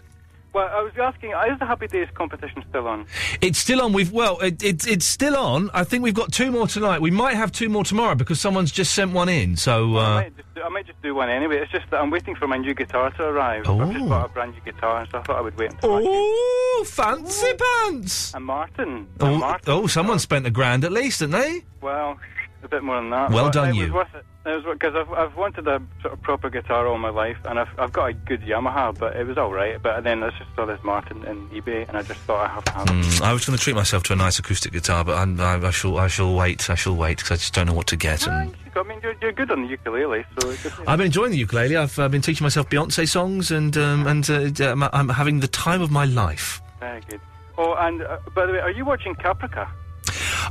Speaker 20: Well, I was asking, is the Happy Days competition still on?
Speaker 3: It's still on. We've well, it, it, it's still on. I think we've got two more tonight. We might have two more tomorrow because someone's just sent one in. So uh,
Speaker 20: Just do- I might just do one anyway. It's just that I'm waiting for my new guitar to arrive. I've just bought a brand new guitar, so I thought I would wait until.
Speaker 3: oh, fancy pants!
Speaker 20: And Martin.
Speaker 3: oh, oh, someone spent oh, a grand at least, didn't they?
Speaker 20: Well, a bit more than that.
Speaker 3: Well
Speaker 20: but
Speaker 3: done,
Speaker 20: it
Speaker 3: you.
Speaker 20: Was worth it. Because I've, I've wanted a sort of proper guitar all my life, and I've, I've got a good Yamaha, but it was all right. But then I just saw this Martin in eBay, and I just thought I have to have it.
Speaker 3: Mm, I was going to treat myself to a nice acoustic guitar, but I'm, I, I shall. I shall wait. I shall wait because I just don't know what to get. And
Speaker 20: I mean, you're, you're good on the ukulele, so it's just,
Speaker 3: I've been enjoying the ukulele. I've uh, been teaching myself Beyonce songs, and um, and uh, d- I'm, I'm having the time of my life.
Speaker 20: very good. Oh, and uh, by the way, are you watching Caprica?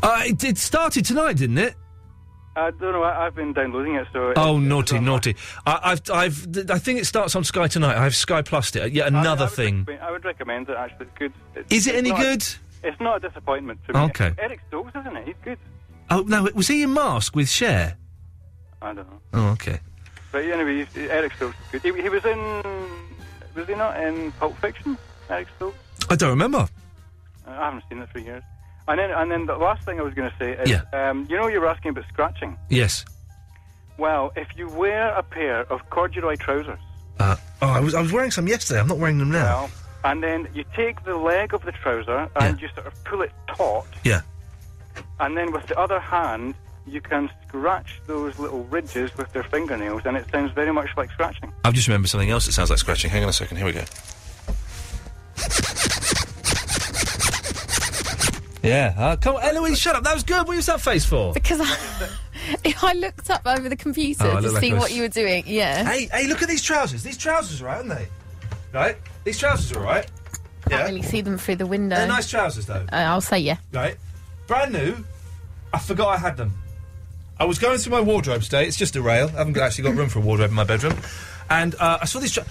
Speaker 3: Uh, it, it started tonight, didn't it?
Speaker 20: I don't know. I, I've been downloading it, so it-
Speaker 3: Oh, naughty, naughty! I, I've, I've, th- I think it starts on Sky tonight. I've Sky Plus it. Yet Oh, another
Speaker 20: I, I would
Speaker 3: thing.
Speaker 20: recommend- I would recommend it. Actually, it's good. It's,
Speaker 3: Is it
Speaker 20: it's
Speaker 3: any
Speaker 20: not-
Speaker 3: good?
Speaker 20: It's not a disappointment to me.
Speaker 3: Okay.
Speaker 20: Eric Stokes, isn't it? He's good.
Speaker 3: Oh no, it was he in Mask with Cher?
Speaker 20: I don't know.
Speaker 3: Oh, okay.
Speaker 20: But anyway, he's, Eric Stokes is good. He, he was in. Was he not in Pulp Fiction? Eric Stokes.
Speaker 3: I don't remember.
Speaker 20: I haven't seen it for years. And then, and then the last thing I was going to say is, um, you know, you were asking about scratching.
Speaker 3: Yes.
Speaker 20: Well, if you wear a pair of corduroy trousers
Speaker 3: Uh, oh, I was, I was wearing some yesterday. I'm not wearing them now.
Speaker 20: and then you take the leg of the trouser and you sort of pull it taut,
Speaker 3: Yeah.
Speaker 20: and then with the other hand you can scratch those little ridges with their fingernails, and it sounds very much like scratching.
Speaker 3: I've just remembered something else that sounds like scratching. Hang on a second. Here we go. yeah. Uh, come on, Eloise, shut up. That was good. What was that face for?
Speaker 4: Because I, I looked up over the computer
Speaker 3: Uh-huh. Oh, I
Speaker 4: to
Speaker 3: look like
Speaker 4: see
Speaker 3: a-
Speaker 4: what you were doing. Yeah.
Speaker 3: Hey, hey, look at these trousers. These trousers are right, aren't they? Right? These trousers are right.
Speaker 4: Can't really see them through the window.
Speaker 3: They're nice trousers, though.
Speaker 4: Uh, I'll say yeah.
Speaker 3: Right? Brand new. I forgot I had them. I was going through my wardrobe today. It's just a rail. I haven't got- actually got room for a wardrobe in my bedroom. And uh, I saw these. Tra-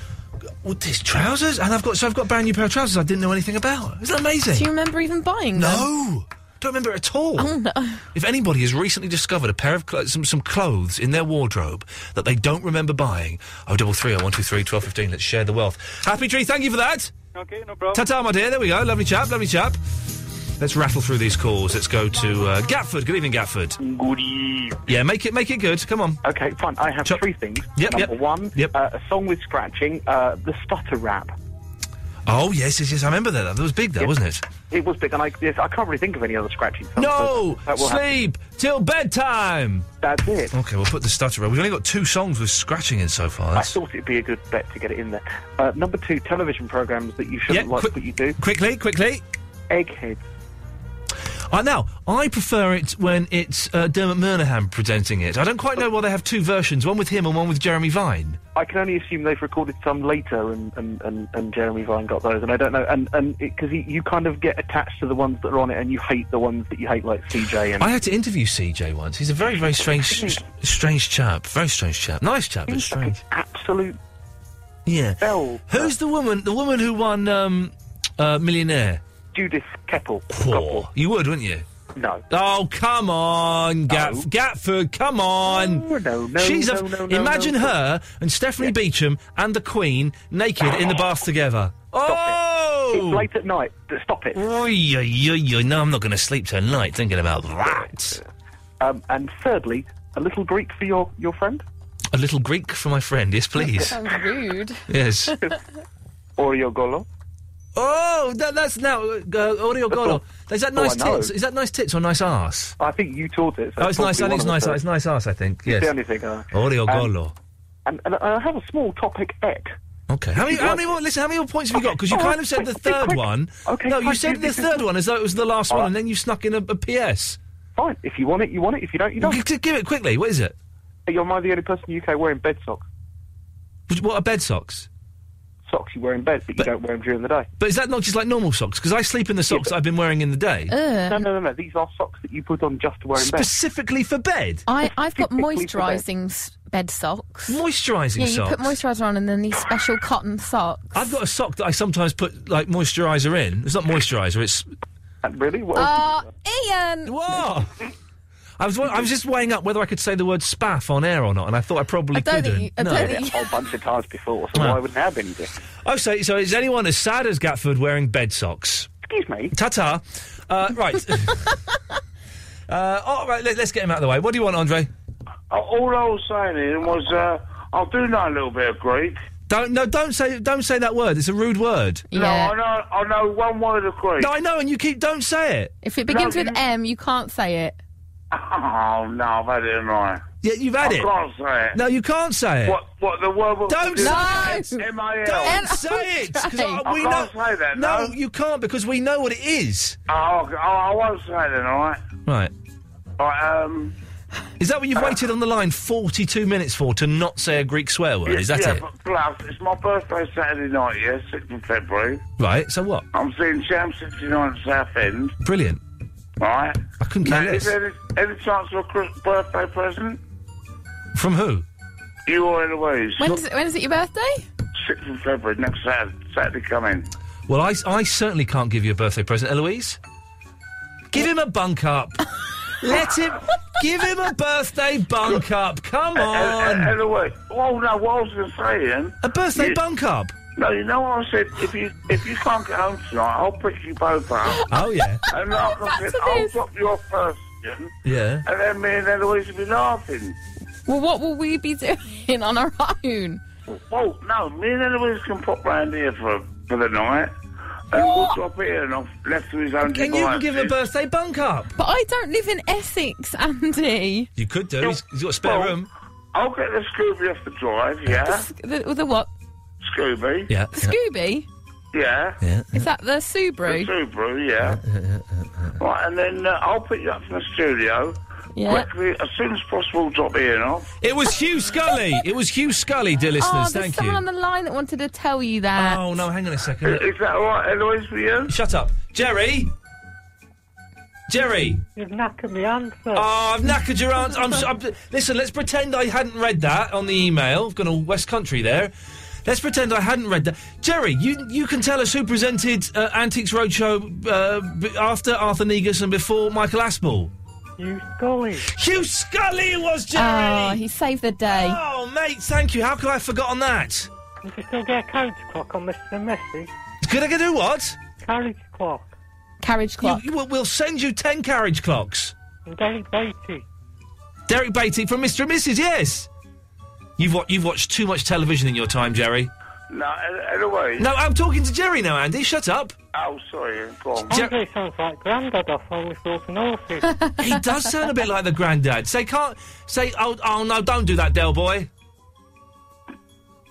Speaker 3: with these trousers, and I've got so I've got a brand new pair of trousers I didn't know anything about. Isn't that amazing?
Speaker 4: Do you remember even buying them?
Speaker 3: No. Don't remember it at all.
Speaker 4: Oh, no.
Speaker 3: If anybody has recently discovered a pair of clo- some, some clothes in their wardrobe that they don't remember buying, oh double three oh one two three twelve fifteen. Let's share the wealth. Happy tree, thank you for that.
Speaker 20: Okay, no problem.
Speaker 3: Ta-ta, my dear. There we go. Lovely chap. Lovely chap. Let's rattle through these calls. Let's go to uh, Gatford. Good evening, Gatford. Good evening. Yeah, make it make it good. Come on.
Speaker 21: Okay, fine. I have three things.
Speaker 3: Yep,
Speaker 21: Number one, uh, a song with scratching, uh, the stutter rap.
Speaker 3: Oh yes, yes, yes. I remember that. That was big, though, wasn't it?
Speaker 21: It was big, and I, yes, I can't really think of any other scratching songs.
Speaker 3: No,
Speaker 21: so that will happen.
Speaker 3: sleep till bedtime.
Speaker 21: That's it.
Speaker 3: Okay, we'll put the stutter. We've only got two songs with scratching in so far.
Speaker 21: I
Speaker 3: That's...
Speaker 21: thought it'd be a good bet to get it in there. Uh, number two, television programs that you shouldn't like, but you do.
Speaker 3: Quickly, quickly.
Speaker 21: Eggheads.
Speaker 3: Uh, now, I prefer it when it's uh, Dermot Murnaghan presenting it. I don't quite know why they have two versions, one with him and one with Jeremy Vine.
Speaker 21: I can only assume they've recorded some later, and, and, and, and Jeremy Vine got those, and I don't know, and and because you kind of get attached to the ones that are on it, and you hate the ones that you hate, like CJ and
Speaker 3: I had to interview CJ once. He's a very, very strange, s- strange chap. Very strange chap. Nice chap, but strange.
Speaker 21: absolute.
Speaker 3: Yeah.
Speaker 21: Hell.
Speaker 3: Who's the woman? The woman who won um, uh, Millionaire.
Speaker 21: Judith Keppel.
Speaker 3: Poor. You would, wouldn't you?
Speaker 21: No.
Speaker 3: Oh come on, Gatf- Gatford! Come on.
Speaker 21: No, no, no,
Speaker 3: She's a.
Speaker 21: no, no, no,
Speaker 3: imagine
Speaker 21: no.
Speaker 3: her and Stephanie Beecham and the Queen naked in the bath together. Oh!
Speaker 21: It's late at night. Stop it.
Speaker 3: Oy, oy, oy, oy. No, I'm not going to sleep tonight thinking about that.
Speaker 21: Um, and thirdly, a little Greek for your, your friend?
Speaker 3: A little Greek for my friend, yes, please.
Speaker 21: sounds rude.
Speaker 3: yes.
Speaker 21: Oriogolo.
Speaker 3: Oh, that, that's now uh, Oreo Golo. Is that
Speaker 21: Oh, I
Speaker 3: nice
Speaker 21: know.
Speaker 3: tits? Is that nice tits or nice ass?
Speaker 21: I think you taught it. so
Speaker 3: oh, it's nice.
Speaker 21: probably
Speaker 3: I
Speaker 21: one
Speaker 3: think it's
Speaker 21: of
Speaker 3: nice.
Speaker 21: the
Speaker 3: It's nice ass. I think.
Speaker 21: It's
Speaker 3: Yes.
Speaker 21: the only thing I know.
Speaker 3: Oreo
Speaker 21: Um,
Speaker 3: Golo.
Speaker 21: And, and I have a small topic X.
Speaker 3: Okay. How many?
Speaker 21: if you'd
Speaker 3: How
Speaker 21: like
Speaker 3: many
Speaker 21: it.
Speaker 3: more? Listen. How many more points have you got? Because you
Speaker 21: Oh,
Speaker 3: kind of said
Speaker 21: quick,
Speaker 3: the
Speaker 21: quick,
Speaker 3: third
Speaker 21: quick.
Speaker 3: one.
Speaker 21: Okay,
Speaker 3: No, you
Speaker 21: fine,
Speaker 3: said
Speaker 21: do
Speaker 3: the
Speaker 21: this.
Speaker 3: third one as though it was the last
Speaker 21: All
Speaker 3: one,
Speaker 21: right.
Speaker 3: and then you snuck in a, a PS.
Speaker 21: Fine. If you want it, you want it. If you don't, you don't.
Speaker 3: G- give it quickly. What is it?
Speaker 21: You're am I the only person in the UK wearing bed socks?
Speaker 3: Which- What are bed socks?
Speaker 21: Socks you wear in bed, but, you don't wear them during the day.
Speaker 3: But is that not just like normal socks? Because I sleep in the socks I've been wearing in the day.
Speaker 4: Uh.
Speaker 21: No, no, no, no. These are socks that you put on just to wear in bed.
Speaker 3: Specifically for bed.
Speaker 4: I, I've got
Speaker 21: Specifically for bed.
Speaker 4: moisturising s- bed socks.
Speaker 3: Moisturising
Speaker 4: Yeah, you
Speaker 3: socks.
Speaker 4: put moisturiser on and then these special cotton socks.
Speaker 3: I've got a sock that I sometimes put like moisturiser in. It's not moisturiser. It's
Speaker 21: really what?
Speaker 4: Oh, Ian!
Speaker 3: What? I was wa- I was just weighing up whether I could say the word spaff on air or not, and I thought I probably
Speaker 21: I don't
Speaker 3: couldn't.
Speaker 21: think you- I
Speaker 3: no.
Speaker 21: don't think you- A whole bunch of times before,
Speaker 3: Ah.
Speaker 21: so why wouldn't I have anything?
Speaker 3: Oh, so, so is anyone as sad as Gatford wearing bed socks?
Speaker 21: Excuse me.
Speaker 3: Ta-ta. Uh, right. uh, all right, let, us get him out of the way. What do you want, Andre?
Speaker 19: Uh, all I was saying Ian, was, uh, I do know a little bit of Greek.
Speaker 3: Don't no, don't say don't say that word. It's a rude word.
Speaker 19: No, I know, I know one word of Greek.
Speaker 3: No, I know, and you keep don't say it.
Speaker 4: If it begins with M, you can't say it.
Speaker 19: Oh, no, I've had it in my...
Speaker 3: Yeah, you've had
Speaker 19: I
Speaker 3: it.
Speaker 19: can't say it.
Speaker 3: No, you can't say it.
Speaker 19: What? What the world?
Speaker 3: Don't say it.
Speaker 19: M I L.
Speaker 3: Don't say it. 'cause I, we
Speaker 19: can't
Speaker 3: know,
Speaker 19: say that.
Speaker 3: No, you can't because we know what it is.
Speaker 19: Oh, I won't say that. All right.
Speaker 3: Right.
Speaker 19: All right. Um.
Speaker 3: Is that what you've waited on the line 42 minutes for to not say a Greek swear word?
Speaker 19: yeah,
Speaker 3: Is that
Speaker 19: yeah,
Speaker 3: it?
Speaker 19: But plus, it's my birthday Saturday night. Yeah, sixth of February.
Speaker 3: Right, so what?
Speaker 19: I'm seeing Sham 69 at Southend.
Speaker 3: Brilliant.
Speaker 19: All right.
Speaker 3: I couldn't
Speaker 19: Now,
Speaker 3: care
Speaker 19: Is
Speaker 3: less.
Speaker 19: there any, any chance of a Chris- birthday present?
Speaker 3: From who?
Speaker 19: You or Eloise?
Speaker 4: When's it, when's it your birthday?
Speaker 19: Sixth of February next Saturday. Saturday coming.
Speaker 3: Well, I, I certainly can't give you a birthday present, Eloise. Give him a bunk up. Let him. Give him a birthday bunk up. Come on.
Speaker 19: Eloise. Well, no, what I was going to say, Ian.
Speaker 3: A birthday bunk up.
Speaker 19: No, you know what I said. If you if you can't get home tonight, I'll pick you both up.
Speaker 3: Oh, yeah.
Speaker 19: And like I said, I'll drop you off first, Ian,
Speaker 3: Yeah.
Speaker 19: and then me and Eloise will be laughing.
Speaker 4: Well, what will we be doing on our own?
Speaker 19: Well, no, me and Eloise can pop round here for for the night, and we'll drop Ian off left to his own
Speaker 3: Can you can give him a birthday bunk up.
Speaker 4: But I don't live in Essex, Andy.
Speaker 3: You could do. He's, he's got a spare
Speaker 19: Well,
Speaker 3: room.
Speaker 19: I'll get the Scooby off the drive,
Speaker 4: The,
Speaker 19: yeah?
Speaker 4: s- the, the what?
Speaker 19: Scooby.
Speaker 3: Yeah.
Speaker 4: Scooby?
Speaker 19: Yeah.
Speaker 3: Yeah.
Speaker 4: Is that the
Speaker 19: The
Speaker 4: Subaru?
Speaker 19: Subaru, yeah. Right, and then uh, I'll pick you up from the studio.
Speaker 4: Yeah.
Speaker 19: Quickly, as soon as possible, drop Ian off.
Speaker 3: It was Hugh Scully. It was Hugh Scully, dear
Speaker 4: oh,
Speaker 3: listeners.
Speaker 4: there's
Speaker 3: Thank
Speaker 4: someone
Speaker 3: you.
Speaker 4: on the line that wanted to tell you that.
Speaker 3: Oh, no, hang on a second.
Speaker 19: Is that all right, Eloise, for you?
Speaker 3: Shut up. Jerry? Jerry?
Speaker 18: You've knackered me answer.
Speaker 3: Oh, I've knackered your answer. I'm, so- I'm, listen, let's pretend I hadn't read that on the email. I've gone all West Country there. Let's pretend I hadn't read that. Jerry, you, you can tell us who presented uh, Antiques Roadshow uh, b- after Arthur Negus and before Michael Aspel.
Speaker 18: Hugh Scully.
Speaker 3: Hugh Scully it was Jerry!
Speaker 4: Oh, he saved the day.
Speaker 3: Oh, mate, thank you. How could I have forgotten that?
Speaker 18: Did you still get a coach clock on Mr. and Messi?
Speaker 3: Could I do what?
Speaker 18: Carriage clock
Speaker 4: Carriage
Speaker 3: clock. we'll, we'll send you 10 carriage clocks.
Speaker 18: and Derek Beatty.
Speaker 3: Derek Beatty from Mr. and Mrs. Yes. You've, wa- you've watched too much television in your time, Jerry.
Speaker 19: No, E- Eloise.
Speaker 3: No, I'm talking to Jerry now, Andy. Shut up.
Speaker 19: Oh, sorry, Ian, go on.
Speaker 18: Andre sounds like Grandad off Only Fools and Horses.
Speaker 3: he does sound a bit like the granddad. Say, can't say. Oh, oh no, don't do that, Del boy.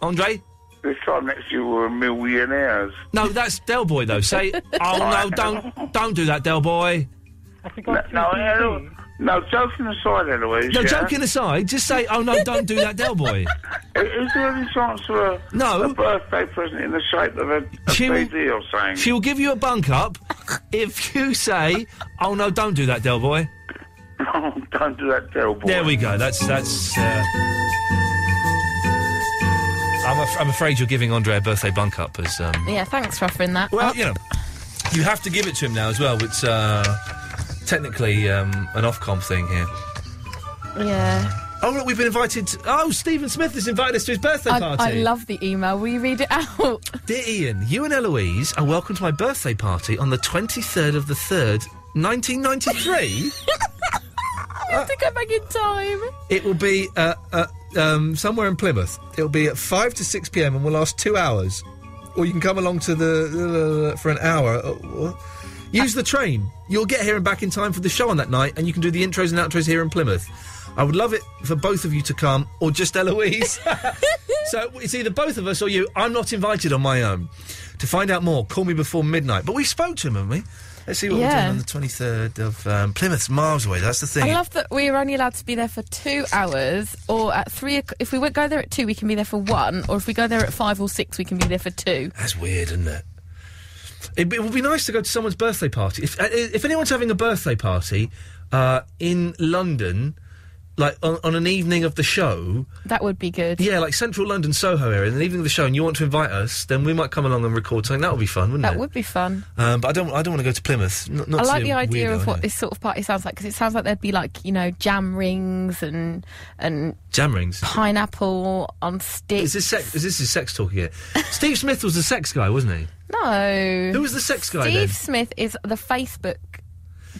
Speaker 3: Andre.
Speaker 19: This time next year we're millionaires.
Speaker 3: No, that's Del boy though. Say, oh no, don't don't do that, Del boy.
Speaker 19: No, no, Elo- no, joking aside, Eloise.
Speaker 3: No,
Speaker 19: yeah?
Speaker 3: joking aside, just say, oh no, don't do that, Del boy.
Speaker 19: I- Is there any chance for a,
Speaker 3: No.
Speaker 19: a birthday present in the shape of a, a
Speaker 3: She will-
Speaker 19: CD or something?
Speaker 3: She will give you a bunk up if you say, oh no, don't do that, Del boy.
Speaker 19: Oh, Don't do that, Del boy.
Speaker 3: There we go. That's that's. Uh, I'm, af- I'm afraid you're giving Andre a birthday bunk up as um,
Speaker 4: Yeah, thanks for offering that. Oh,
Speaker 3: Well, you know, you have to give it to him now as well. It's uh, technically um, an Ofcom thing here.
Speaker 4: Yeah.
Speaker 3: Oh, look, we've been invited. To, oh, Stephen Smith has invited us to his birthday
Speaker 4: I,
Speaker 3: party.
Speaker 4: I love the email. Will you read it out?
Speaker 3: Dear Ian, you and Eloise are welcome to my birthday party on the 23rd of the 3rd, 1993.
Speaker 4: I have to go back in time.
Speaker 3: It will be uh, uh, um, somewhere in Plymouth. It'll be at 5 to 6 pm and will last two hours. Or you can come along to the. for an hour. Uh, or- Use the train. You'll get here and back in time for the show on that night and you can do the intros and outros here in Plymouth. I would love it for both of you to come or just Eloise. so it's either both of us or you. I'm not invited on my own. To find out more, call me before midnight. But we spoke to him, haven't we? Let's see what we're
Speaker 4: Yeah.
Speaker 3: doing on the 23rd of um, Plymouth's miles away. That's the thing.
Speaker 4: I love that we are only allowed to be there for two hours, or at three. o'c- If we won't go there at two, we can be there for one, or if we go there at five or six, we can be there for two.
Speaker 3: That's weird, isn't it? It, it would be nice to go to someone's birthday party. If uh, if anyone's having a birthday party uh, in London, like on, on an evening of the show,
Speaker 4: That would be good.
Speaker 3: yeah, like central London, Soho area, an evening of the show, and you want to invite us, then we might come along and record something. That would be fun, wouldn't
Speaker 4: That
Speaker 3: it?
Speaker 4: would be fun.
Speaker 3: Um, but I don't. I don't want to go to Plymouth. Not, not
Speaker 4: I
Speaker 3: to
Speaker 4: like
Speaker 3: be
Speaker 4: the
Speaker 3: a
Speaker 4: idea
Speaker 3: weirdo,
Speaker 4: of
Speaker 3: I
Speaker 4: what
Speaker 3: know.
Speaker 4: this sort of party sounds like because it sounds like there'd be like you know jam rings and and
Speaker 3: jam rings.
Speaker 4: pineapple on sticks.
Speaker 3: Is this sex? Is this is sex talk here? Steve Smith was the sex guy, wasn't he?
Speaker 4: no.
Speaker 3: Who was the sex guy
Speaker 4: Steve
Speaker 3: then?
Speaker 4: Smith is the Facebook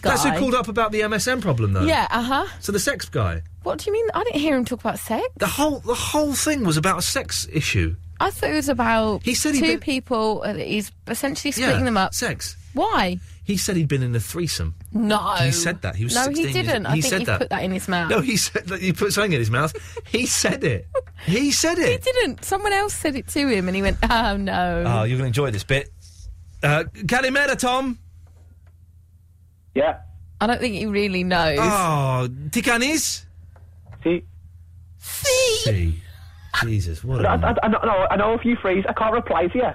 Speaker 4: guy.
Speaker 3: That's who called up about the MSN problem, though.
Speaker 4: Yeah. Uh huh.
Speaker 3: So the sex guy.
Speaker 4: What do you mean? I didn't hear him talk about sex.
Speaker 3: The whole the whole thing was about a sex issue.
Speaker 4: I thought it was about
Speaker 3: He said he'd
Speaker 4: two
Speaker 3: been-
Speaker 4: people. Uh, that he's essentially splitting
Speaker 3: Yeah,
Speaker 4: them up.
Speaker 3: Sex.
Speaker 4: Why?
Speaker 3: He said he'd been in a threesome.
Speaker 4: No.
Speaker 3: He said that. He was
Speaker 4: No,
Speaker 3: 16
Speaker 4: he
Speaker 3: years-
Speaker 4: didn't. I
Speaker 3: he
Speaker 4: think
Speaker 3: said
Speaker 4: he
Speaker 3: that.
Speaker 4: put that in his mouth.
Speaker 3: No, he said that. He put something in his mouth. he said it. He said it.
Speaker 4: He didn't. Someone else said it to him, and he went, "Oh no."
Speaker 3: Oh, you're going to enjoy this bit. Uh, Calimera, Tom.
Speaker 4: yeah. I don't think he really knows.
Speaker 3: Oh, Ticanis.
Speaker 21: See.
Speaker 3: See. Jesus, what
Speaker 17: I,
Speaker 3: a...
Speaker 17: I, I, know, I know a few phrases. I can't reply to you.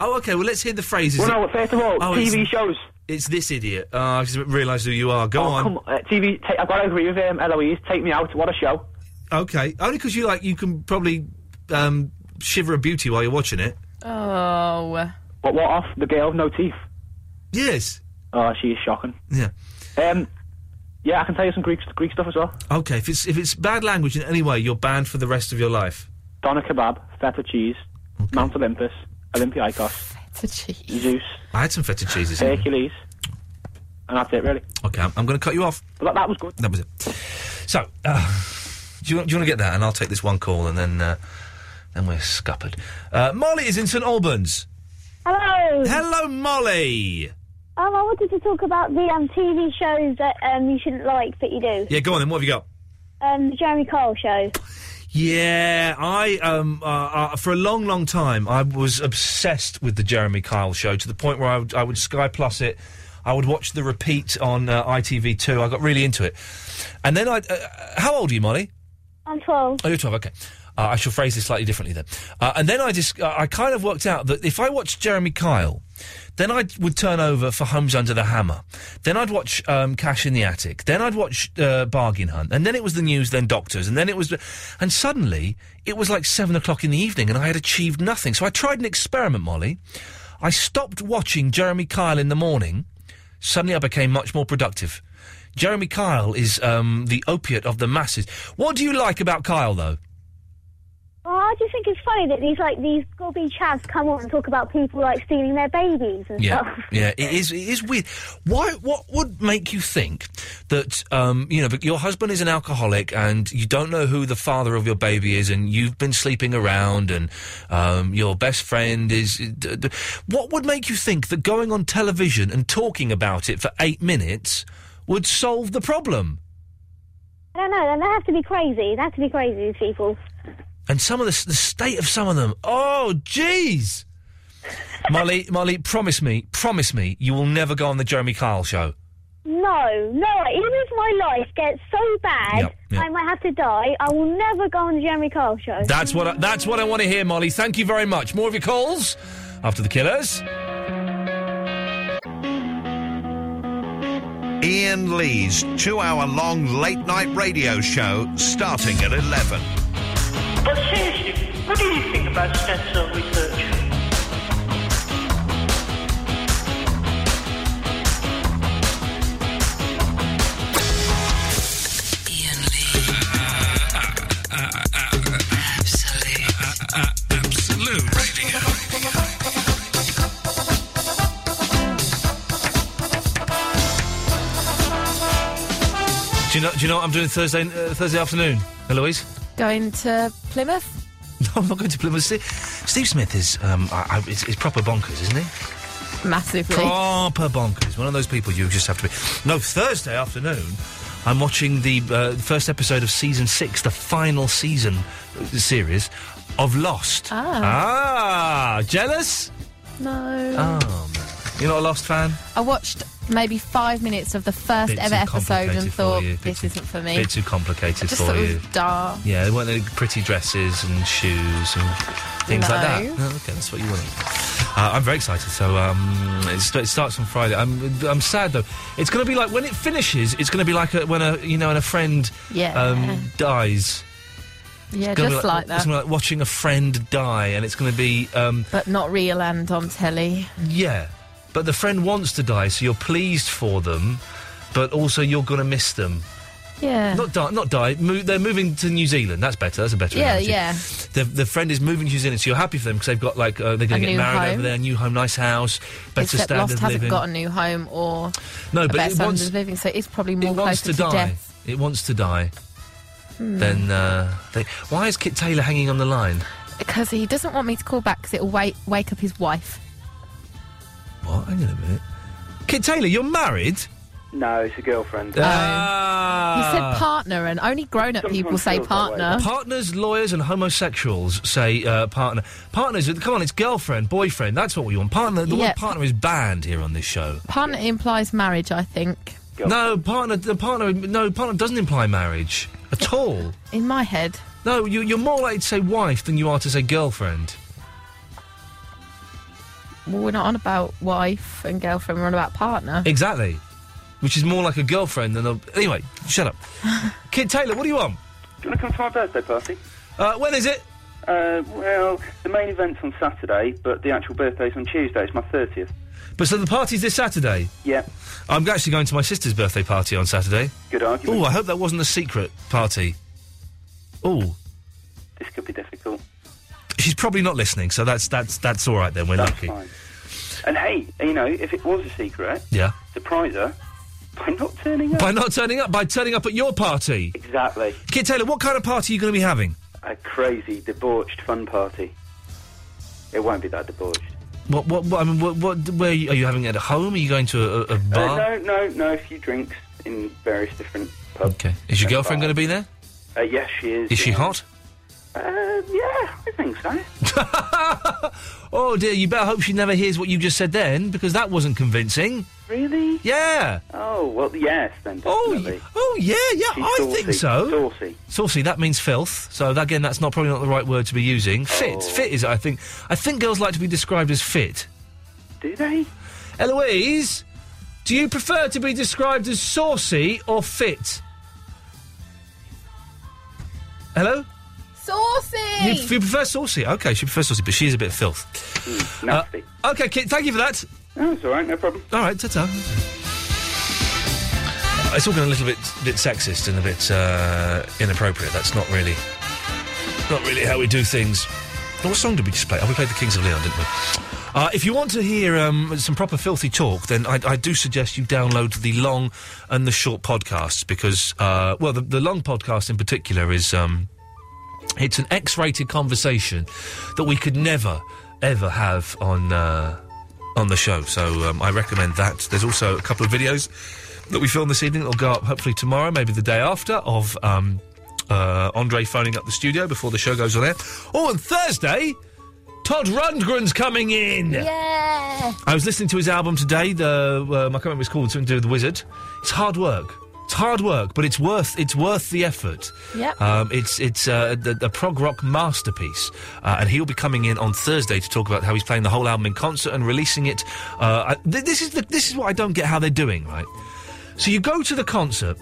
Speaker 3: Oh, okay, well, let's hear the phrases.
Speaker 17: Well, no, first of all, TV
Speaker 3: shows. It's this idiot. Oh, I just realised who you are. Go
Speaker 17: oh,
Speaker 3: on.
Speaker 17: Come on. Uh, TV, take, I've got to agree with um, Eloise. Take me out. What a show.
Speaker 3: Okay, only because you like you can probably um, shiver a beauty while you're watching it.
Speaker 4: Oh.
Speaker 17: What, what off? The girl, no teeth.
Speaker 3: Yes.
Speaker 17: Oh, she is shocking.
Speaker 3: Yeah.
Speaker 17: Um, yeah, I can tell you some Greek, Greek stuff as well.
Speaker 3: Okay, if it's if it's bad language in any way, you're banned for the rest of your life.
Speaker 17: Doner kebab, feta cheese, Mount Olympus, Olympiacos. Feta
Speaker 4: cheese.
Speaker 17: Zeus,
Speaker 3: I had some feta cheeses.
Speaker 17: Hercules. And that's it, really.
Speaker 3: Okay, I'm, I'm going to cut you off.
Speaker 17: But that, that was good.
Speaker 3: That was it. So, uh, do you, do you want to get that? And I'll take this one call, and then uh, then we're scuppered. Uh, Molly is in St Albans.
Speaker 2: Hello.
Speaker 3: Hello, Molly.
Speaker 2: Um, I wanted to talk about the um, TV shows that um, you shouldn't like, but you do.
Speaker 3: Yeah, go on then. What have you got?
Speaker 2: Um, the Jeremy Kyle show.
Speaker 3: Yeah, I um uh, uh, for a long, long time I was obsessed with the Jeremy Kyle show to the point where I would, I would Sky Plus it. I would watch the repeat on uh, ITV2. I got really into it, and then I. Uh, how old are you, Molly?
Speaker 2: I'm 12.
Speaker 3: Oh, you're 12. Okay. Uh, I shall phrase this slightly differently then. Uh, and then I just, uh, I kind of worked out that if I watched Jeremy Kyle, then I would turn over for Homes Under the Hammer. Then I'd watch um, Cash in the Attic. Then I'd watch uh, Bargain Hunt. And then it was the news, then Doctors. And then it was, and suddenly it was like seven o'clock in the evening and I had achieved nothing. So I tried an experiment, Molly. I stopped watching Jeremy Kyle in the morning. Suddenly I became much more productive. Jeremy Kyle is um, the opiate of the masses. What do you like about Kyle, though?
Speaker 2: Well, I just think it's funny that these like these gobby chads come on and talk about people like stealing their babies and
Speaker 3: Yeah,
Speaker 2: stuff.
Speaker 3: yeah, it is. It is weird. Why? What would make you think that um, you know but your husband is an alcoholic and you don't know who the father of your baby is, and you've been sleeping around, and um, your best friend is. d- d- What would make you think that going on television and talking about it for eight minutes would solve the problem?
Speaker 2: I don't know. They have to be crazy. They have to be crazy. These people.
Speaker 3: And some of the, s- the state of some of them. Oh, jeez. Molly, Molly, promise me, promise me, you will never go on the Jeremy Kyle show.
Speaker 2: No, no. Even if my life gets so bad,
Speaker 3: Yep, yep.
Speaker 2: I might have to die. I will never go on the Jeremy Kyle show.
Speaker 3: That's what I, that's what I want to hear, Molly. Thank you very much. More of your calls after the killers.
Speaker 1: Ian Lee's two hour long late night radio show starting at 11.
Speaker 22: But seriously, what do you think about stem cell research?
Speaker 10: Absolute Radio.
Speaker 3: Do you know? Do you know what I'm doing Thursday uh, Thursday afternoon, Eloise?
Speaker 4: Going to Plymouth?
Speaker 3: No, I'm not going to Plymouth. Steve, Steve Smith is um, I, I, is, is proper bonkers, isn't he?
Speaker 4: Massively.
Speaker 3: Proper bonkers. One of those people you just have to be. No, Thursday afternoon, I'm watching the uh, first episode of season six, the final season uh, series of Lost. Ah, jealous?
Speaker 4: No.
Speaker 3: Oh, man. you're not a Lost fan.
Speaker 4: I watched maybe five minutes of the first
Speaker 3: Bit
Speaker 4: ever
Speaker 3: too
Speaker 4: episode
Speaker 3: complicated
Speaker 4: and
Speaker 3: for
Speaker 4: thought,
Speaker 3: you, bit
Speaker 4: this
Speaker 3: too-
Speaker 4: isn't for me.
Speaker 3: Bit too complicated
Speaker 4: I just
Speaker 3: for
Speaker 4: thought
Speaker 3: you.
Speaker 4: it was dark.
Speaker 3: Yeah, there weren't any pretty dresses and shoes and things like that. Oh,
Speaker 4: No.
Speaker 3: okay, that's what you wanted. Uh, I'm very excited. So um, it, st- it starts on Friday. I'm, I'm sad though. It's going to be like when it finishes. It's going to be like a, when a you know when a friend
Speaker 4: Yeah.
Speaker 3: um, dies.
Speaker 4: Yeah,
Speaker 3: It's gonna be
Speaker 4: just like,
Speaker 3: It's
Speaker 4: that.
Speaker 3: gonna be like watching a friend die, and it's going to be um,
Speaker 4: But not real and on telly.
Speaker 3: yeah. But the friend wants to die, so you're pleased for them, but also you're going to miss them.
Speaker 4: Yeah.
Speaker 3: Not die, not die. Mo- they're moving to New Zealand. That's better. That's a better.
Speaker 4: yeah,
Speaker 3: analogy.
Speaker 4: yeah.
Speaker 3: The, the friend is moving to New Zealand, so you're happy for them because they've got like uh, they're going
Speaker 4: A
Speaker 3: to get
Speaker 4: new
Speaker 3: married
Speaker 4: home.
Speaker 3: over there, new home, nice house, better
Speaker 4: Except
Speaker 3: standard
Speaker 4: Lost
Speaker 3: of
Speaker 4: hasn't
Speaker 3: living.
Speaker 4: got a new home or
Speaker 3: No,
Speaker 4: a
Speaker 3: but
Speaker 4: better
Speaker 3: it
Speaker 4: standard
Speaker 3: wants-
Speaker 4: of living, so it's probably more
Speaker 3: it wants
Speaker 4: closer
Speaker 3: to
Speaker 4: to,
Speaker 3: die.
Speaker 4: death.
Speaker 3: It wants to die.
Speaker 4: Hmm.
Speaker 3: Then uh, they, why is Kit Taylor hanging on the line?
Speaker 4: Because he doesn't want me to call back because it'll wake, wake up his wife.
Speaker 3: What? Hang on a minute. Kit Taylor, you're married?
Speaker 16: No, it's a girlfriend.
Speaker 4: You said
Speaker 3: Ah.
Speaker 4: partner, and only grown-up people say partner.
Speaker 3: Partners, lawyers, and homosexuals say uh, partner. Partners, come on, it's girlfriend, boyfriend. That's what we want. Partner. The
Speaker 4: Yeah.
Speaker 3: word partner is banned here on this show.
Speaker 4: partner implies marriage, I think.
Speaker 3: No partner. The partner. No partner doesn't imply marriage at all.
Speaker 4: In my head,
Speaker 3: No, you, you're more likely to say wife than you are to say girlfriend.
Speaker 4: well, we're not on about wife and girlfriend. We're on about partner.
Speaker 3: Exactly. Which is more like a girlfriend than a. Anyway, shut up. Kid Taylor, what do you want?
Speaker 16: Do you want to come to my birthday party?
Speaker 3: Uh, when is it?
Speaker 16: Uh, well, the main event's on Saturday, but the actual birthday's on Tuesday. It's my 30th.
Speaker 3: But so the party's this Saturday.
Speaker 16: Yeah,
Speaker 3: I'm actually going to my sister's birthday party on Saturday.
Speaker 16: good argument.
Speaker 3: Oh, I hope that wasn't a secret party. Oh,
Speaker 16: This could be difficult.
Speaker 3: she's probably not listening, so that's that's that's all right then. We're lucky.
Speaker 16: Fine. And hey, you know, if it was a secret,
Speaker 3: Yeah.
Speaker 16: surprise her by not turning up.
Speaker 3: By not turning up, by turning up at your party.
Speaker 16: Exactly.
Speaker 3: Kid Taylor, what kind of party are you going to be having?
Speaker 16: A crazy, debauched fun party. It won't be that debauched.
Speaker 3: What what, what I mean, what, what where are you, are you having it at home? Are you going to a, a, a bar?
Speaker 16: Uh, no, no, no. A few drinks in various different.
Speaker 3: Okay. Is your girlfriend going to be there?
Speaker 16: Uh, yes, she is.
Speaker 3: Is she
Speaker 16: yeah.
Speaker 3: hot?
Speaker 16: Uh, yeah, I think so.
Speaker 3: Oh dear, you better hope she never hears what you just said then, because that wasn't convincing.
Speaker 16: Really?
Speaker 3: Yeah.
Speaker 16: Oh well, yes then. Definitely. Oh,
Speaker 3: Oh yeah, yeah, I think so.
Speaker 16: Saucy.
Speaker 3: Saucy, that means filth. So that- again, that's not probably not the right word to be using.
Speaker 16: Oh.
Speaker 3: Fit, fit is, I think. I think girls like to be described as fit.
Speaker 16: Do they?
Speaker 3: Eloise, do you prefer to be described as saucy or fit? Hello.
Speaker 4: Saucy.
Speaker 3: You, you prefer saucy? Okay, she prefers saucy, but she is a bit filth.
Speaker 16: Hmm, nasty.
Speaker 3: Uh, okay, Kit, thank you for that.
Speaker 16: No, it's all right. No problem.
Speaker 3: All right, ta-ta. Uh, It's all been a little bit bit sexist and a bit uh, inappropriate. That's not really not really how we do things. Now, What song did we just play? Oh, we played the Kings of Leon, didn't we? Uh, if you want to hear um, some proper filthy talk, then I, I do suggest you download the long and the short podcasts because, uh, well, the, the long podcast in particular is um, it's an X-rated conversation that we could never ever have on uh, on the show. So um, I recommend that. There's also a couple of videos that we filmed this evening that'll go up hopefully tomorrow, maybe the day after of. Um, uh, Andre phoning up the studio before the show goes on air. Oh, and Thursday, Todd Rundgren's coming in.
Speaker 4: Yeah.
Speaker 3: I was listening to his album today. The um, I can't remember what it's called. Something to do with the wizard. It's hard work. It's hard work, but it's worth it's worth the effort.
Speaker 4: Yep.
Speaker 3: Um, it's it's uh, the, the prog rock masterpiece, uh, and he'll be coming in on Thursday to talk about how he's playing the whole album in concert and releasing it. Uh, I, th- this is the, this is what I don't get how they're doing right. So you go to the concert,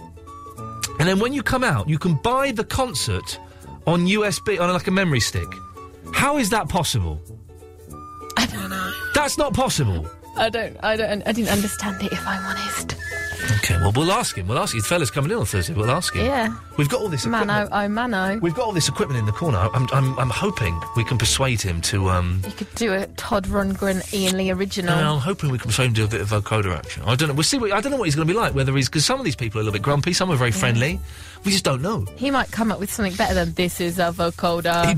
Speaker 3: and then when you come out, you can buy the concert on USB on like a memory stick. How is that possible? That's not possible.
Speaker 4: I don't. I don't. I didn't understand it. If I'm honest.
Speaker 3: Okay, well, we'll ask him. We'll ask him. The fella's coming in on Thursday. We'll ask him.
Speaker 4: Yeah.
Speaker 3: We've got all this
Speaker 4: Mano,
Speaker 3: equipment.
Speaker 4: oh mano.
Speaker 3: We've got all this equipment in the corner. I'm, I'm, I'm hoping we can persuade him to. Um,
Speaker 4: You could do a Todd Rundgren, Ian Lee original.
Speaker 3: I'm hoping we can persuade him to do a bit of vocoder action. I don't know. We'll see. What, I don't know what he's going to be like. Whether he's because some of these people are a little bit grumpy, some are very friendly. We just don't know.
Speaker 4: He might come up with something better than this is a vocoder.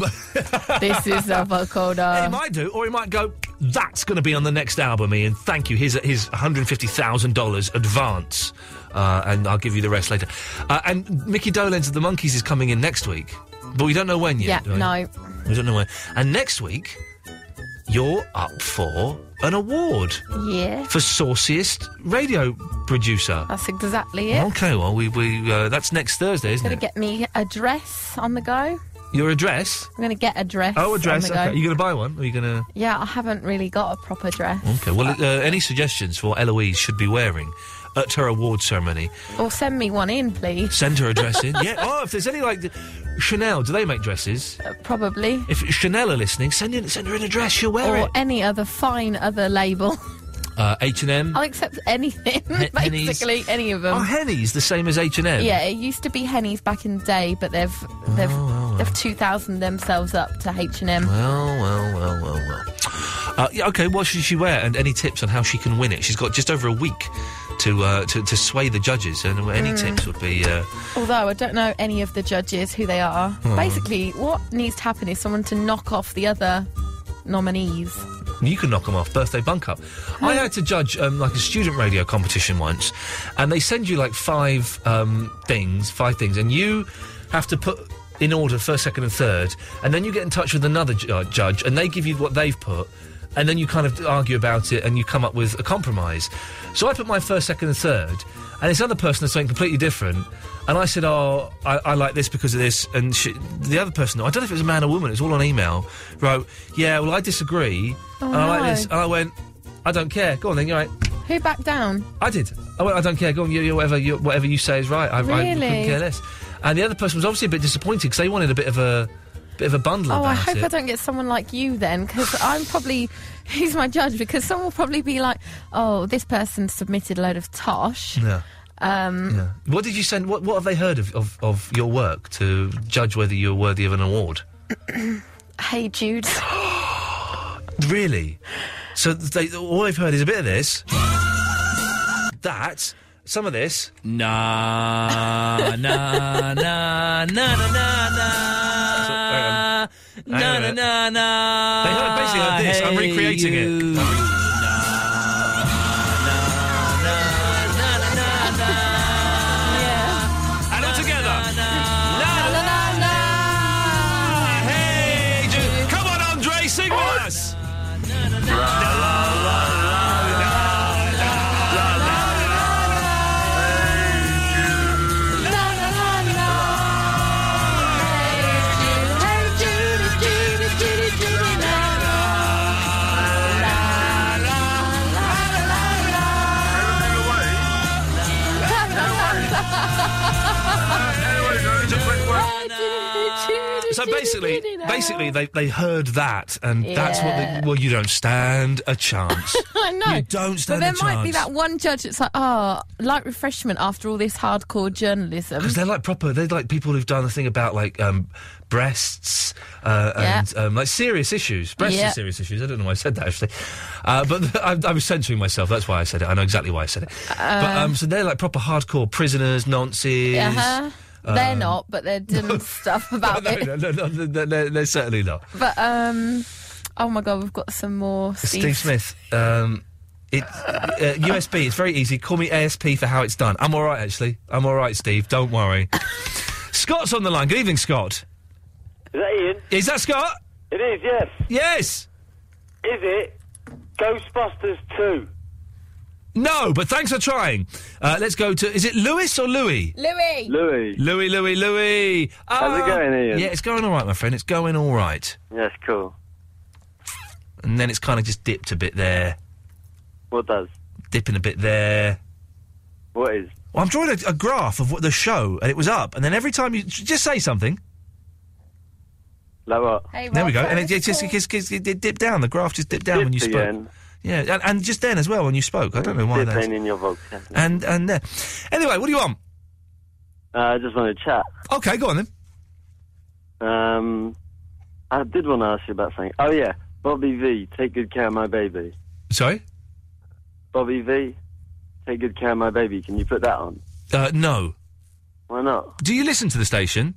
Speaker 4: this is a vocoder.
Speaker 3: He might do, or he might go. That's going to be on the next album, Ian. Thank you. Here's his one hundred fifty thousand dollars advance, uh, and I'll give you the rest later. Uh, and Mickey Dolenz of the Monkeys is coming in next week, but we don't know when
Speaker 4: yeah.
Speaker 3: yet. do we?
Speaker 4: No.
Speaker 3: We don't know when. And next week, you're up for an award
Speaker 4: Yeah.
Speaker 3: for sauciest radio producer.
Speaker 4: That's exactly it.
Speaker 3: Okay, well, we, we uh, that's next Thursday, isn't
Speaker 4: Gonna
Speaker 3: it?
Speaker 4: get me a dress on the go. I'm
Speaker 3: Your address?
Speaker 4: gonna get a dress.
Speaker 3: Oh, a dress.
Speaker 4: On the go.
Speaker 3: Okay. you going to buy one? Or are you going to?
Speaker 4: Yeah, I haven't really got a proper dress.
Speaker 3: Okay. Well, uh, any suggestions for what Eloise should be wearing at her award ceremony?
Speaker 4: Or send me one in, please.
Speaker 3: Send her a dress in. yeah. Oh, if there's any like Chanel, do they make dresses?
Speaker 4: Probably.
Speaker 3: If Chanel are listening, send in, send her in a dress. She'll wear
Speaker 4: Or
Speaker 3: it.
Speaker 4: any other fine other label.
Speaker 3: Uh, H and M.
Speaker 4: I'll accept anything,
Speaker 3: Hen- Henneys.
Speaker 4: basically, any of them.
Speaker 3: Are Henny's the same as H and M?
Speaker 4: Yeah, it used to be Henny's back in the day, but they've
Speaker 3: Oh,
Speaker 4: they've they've two thousand themselves up to H and M.
Speaker 3: Well, well, well, well, well. Uh, yeah, okay, what should she wear? And any tips on how she can win it? She's got just over a week to uh, to, to sway the judges. And any
Speaker 4: Mm.
Speaker 3: tips would be. Uh,
Speaker 4: Although I don't know any of the judges who they are.
Speaker 3: Oh.
Speaker 4: Basically, what needs to happen is someone to knock off the other nominees.
Speaker 3: You can knock them off. Birthday bunk up. I had to judge um, like a student radio competition once, and they send you like five um, things, five things, and you have to put in order first, second, and third, and then you get in touch with another ju- uh, judge, and they give you what they've put. And then you kind of argue about it, and you come up with a compromise. So I put my first, second, and third, and this other person has something completely different. And I said, "Oh, I, I like this because of this." And she, the other person, I don't know if it was a man or woman, it was all on email. Wrote, "Yeah, well, I disagree,
Speaker 4: Oh,
Speaker 3: and I like
Speaker 4: no.
Speaker 3: this." And I went, "I don't care. Go on, then you're right."
Speaker 4: Who backed down?
Speaker 3: I did. I went, I don't care. Go on, you, you, whatever, you, whatever you say is right. I, I
Speaker 4: Really?
Speaker 3: couldn't care less. And the other person was obviously a bit disappointed because they wanted a bit of a bit of a bundle.
Speaker 4: Oh,
Speaker 3: about
Speaker 4: I hope
Speaker 3: it.
Speaker 4: I don't get someone like you then, because I'm probably he's my judge. Because someone will probably be like, "Oh, this person submitted a load of tosh."
Speaker 3: Yeah.
Speaker 4: Um,
Speaker 3: yeah. What did you send? What What have they heard of, of, of your work to judge whether you're worthy of an award?
Speaker 4: Hey Jude.
Speaker 3: Really? So they, all they've heard is a bit of this, that, some of this.
Speaker 15: Na na na na na na
Speaker 3: na Hang on a
Speaker 15: na
Speaker 3: minute.
Speaker 15: na na.
Speaker 3: They heard basically like this. I'm
Speaker 15: Hey,
Speaker 3: recreating it. I'm re-
Speaker 15: And all together. Na na na na. Hey, Ju- come on, Andre, sing with us.
Speaker 3: So basically, basically they, they heard that, and that's what.
Speaker 4: Yeah.
Speaker 3: They, well, you don't stand a chance.
Speaker 4: I know.
Speaker 3: You don't
Speaker 4: But
Speaker 3: stand
Speaker 4: there
Speaker 3: a
Speaker 4: might be
Speaker 3: chance.
Speaker 4: that one judge that's like, oh, light refreshment after all this hardcore journalism.
Speaker 3: Because they're like proper, they're like people who've done the thing about like um, breasts uh,
Speaker 4: Yeah.
Speaker 3: and um, like serious issues. Breasts
Speaker 4: Yeah.
Speaker 3: are serious issues. I don't know why I said that actually, uh, but I, I was censoring myself. That's why I said it. I know exactly why I said it. but
Speaker 4: Um,
Speaker 3: um, so they're like proper hardcore prisoners, nonces.
Speaker 4: Uh-huh. they're
Speaker 3: um,
Speaker 4: not, but they're doing stuff about
Speaker 3: No,
Speaker 4: it.
Speaker 3: no, no, no, they're, they're- they're certainly not.
Speaker 4: But um, oh my god, we've got some more.
Speaker 3: Steve,
Speaker 4: Steve.
Speaker 3: Smith. Um, it, uh, USB. It's very easy. Call me ASP for how it's done. I'm all right, actually. I'm all right, Steve. Don't worry. Scott's on the line. Good evening, Scott.
Speaker 5: Is that Ian?
Speaker 3: Is that Scott?
Speaker 5: It is, yes.
Speaker 3: Yes.
Speaker 5: Is it Ghostbusters 2?
Speaker 3: No, but thanks for trying. Uh, let's go to. Is it Lewis or Louis?
Speaker 4: Louis.
Speaker 5: Louis.
Speaker 3: Louis, Louis, Louis.
Speaker 5: How's it
Speaker 3: Ah,
Speaker 5: going, Ian?
Speaker 3: Yeah, it's going all right, my friend. It's going all right.
Speaker 5: Yes, cool.
Speaker 3: And then it's kind of just dipped a bit there,
Speaker 5: What does?
Speaker 3: dipping a bit there.
Speaker 5: What is?
Speaker 3: Well, I'm drawing a, a graph of what the show, and it was up. And then every time you just say something,
Speaker 5: Like what?
Speaker 4: Hey,
Speaker 3: there we go.
Speaker 5: Rob,
Speaker 3: And
Speaker 5: that
Speaker 3: it, it just it, just- it, it dipped down. The graph just dipped down when you
Speaker 5: Dipped
Speaker 3: spoke.
Speaker 5: again.
Speaker 3: Yeah, and, and just then as well when you spoke. I don't know why
Speaker 5: Bit
Speaker 3: that's.
Speaker 5: pain in your voice. definitely.
Speaker 3: And and there. Anyway, what do you want?
Speaker 5: Uh, I just want to chat.
Speaker 3: Okay, go on then.
Speaker 5: Um, I did want to ask you about something. Oh, yeah. Bobby V, take good care of my baby.
Speaker 3: Sorry.
Speaker 5: Bobby V, take good care of my baby. Can you put that on?
Speaker 3: Uh, no.
Speaker 5: Why not?
Speaker 3: Do you listen to the station?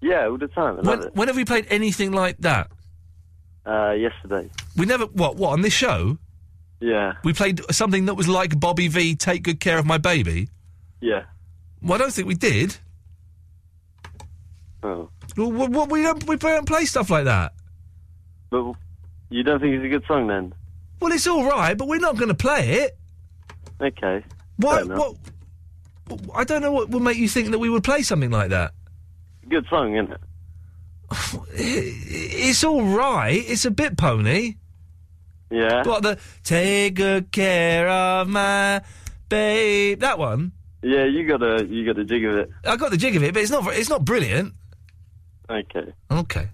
Speaker 5: Yeah, all the time. I
Speaker 3: When,
Speaker 5: love it.
Speaker 3: when have we played anything like that?
Speaker 5: Uh, yesterday.
Speaker 3: We never. What? What on this show?
Speaker 5: Yeah,
Speaker 3: We played something that was like Bobby V. Take good care of my baby.
Speaker 5: yeah.
Speaker 3: Well, I don't think we did.
Speaker 5: Oh.
Speaker 3: Well, what, what, we don't. We don't play stuff like that.
Speaker 5: But you don't think it's a good song then?
Speaker 3: Well, it's all right, but we're not going to play it.
Speaker 5: Okay.
Speaker 3: Why?
Speaker 5: Fair enough.
Speaker 3: What? I don't know what would make you think that we would play something like that.
Speaker 5: Good song, isn't it?
Speaker 3: It's all right. It's a bit pony.
Speaker 5: Yeah.
Speaker 3: What the? Take good care of my babe. That one.
Speaker 5: Yeah, you got to you got to jig of it.
Speaker 3: I got the jig of it, but it's not. It's not brilliant.
Speaker 5: Okay.
Speaker 3: Okay.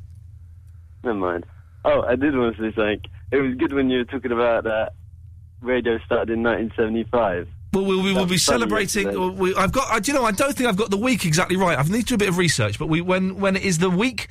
Speaker 5: Never mind. Oh, I did want to say something. It was good when you were talking about that radio started in 1975.
Speaker 3: Well, we'll, we will
Speaker 5: That
Speaker 3: be
Speaker 5: was funny
Speaker 3: celebrating.
Speaker 5: yesterday.
Speaker 3: We, I've got. I, do you know? I don't think I've got the week exactly right. I've need to do a bit of research. But we when when it is the week.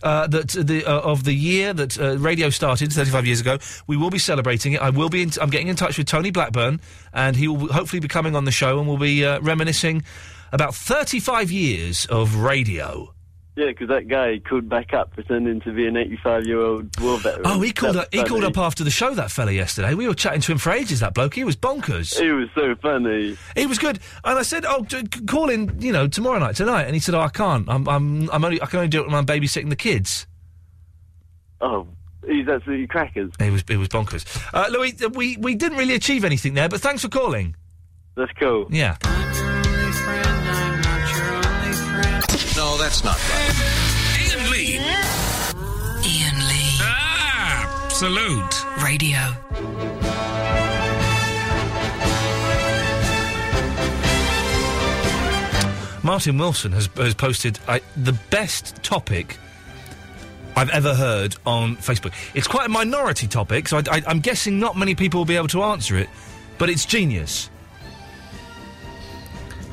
Speaker 3: Uh, that the uh, of the year that uh, radio started 35 years ago, we will be celebrating it. I will be. In t- I'm getting in touch with Tony Blackburn, and he will hopefully be coming on the show, and we'll be uh, reminiscing about 35 years of radio.
Speaker 5: Yeah, because that guy called back up pretending to be an 85 year old war veteran.
Speaker 3: Oh, he called
Speaker 5: That's
Speaker 3: up. He called
Speaker 5: funny.
Speaker 3: up after the show. That fella yesterday. We were chatting to him for ages. That bloke. He was bonkers.
Speaker 5: He was so funny.
Speaker 3: He was good. And I said, "Oh, d- c- call in, you know, tomorrow night, tonight." And he said, "Oh, I can't. I'm, I'm, I'm only. I can only do it when I'm babysitting the kids."
Speaker 5: Oh, he's absolutely crackers.
Speaker 3: It was, it was bonkers. Uh, Louis, th- we we didn't really achieve anything there, but thanks for calling.
Speaker 5: That's cool.
Speaker 3: Yeah.
Speaker 1: No, that's not right.
Speaker 10: Ian Lee. Ian Lee. Ah, absolute. Radio.
Speaker 3: Martin Wilson has has posted I, the best topic I've ever heard on Facebook. It's quite a minority topic, so I, I, I'm guessing not many people will be able to answer it, but it's genius.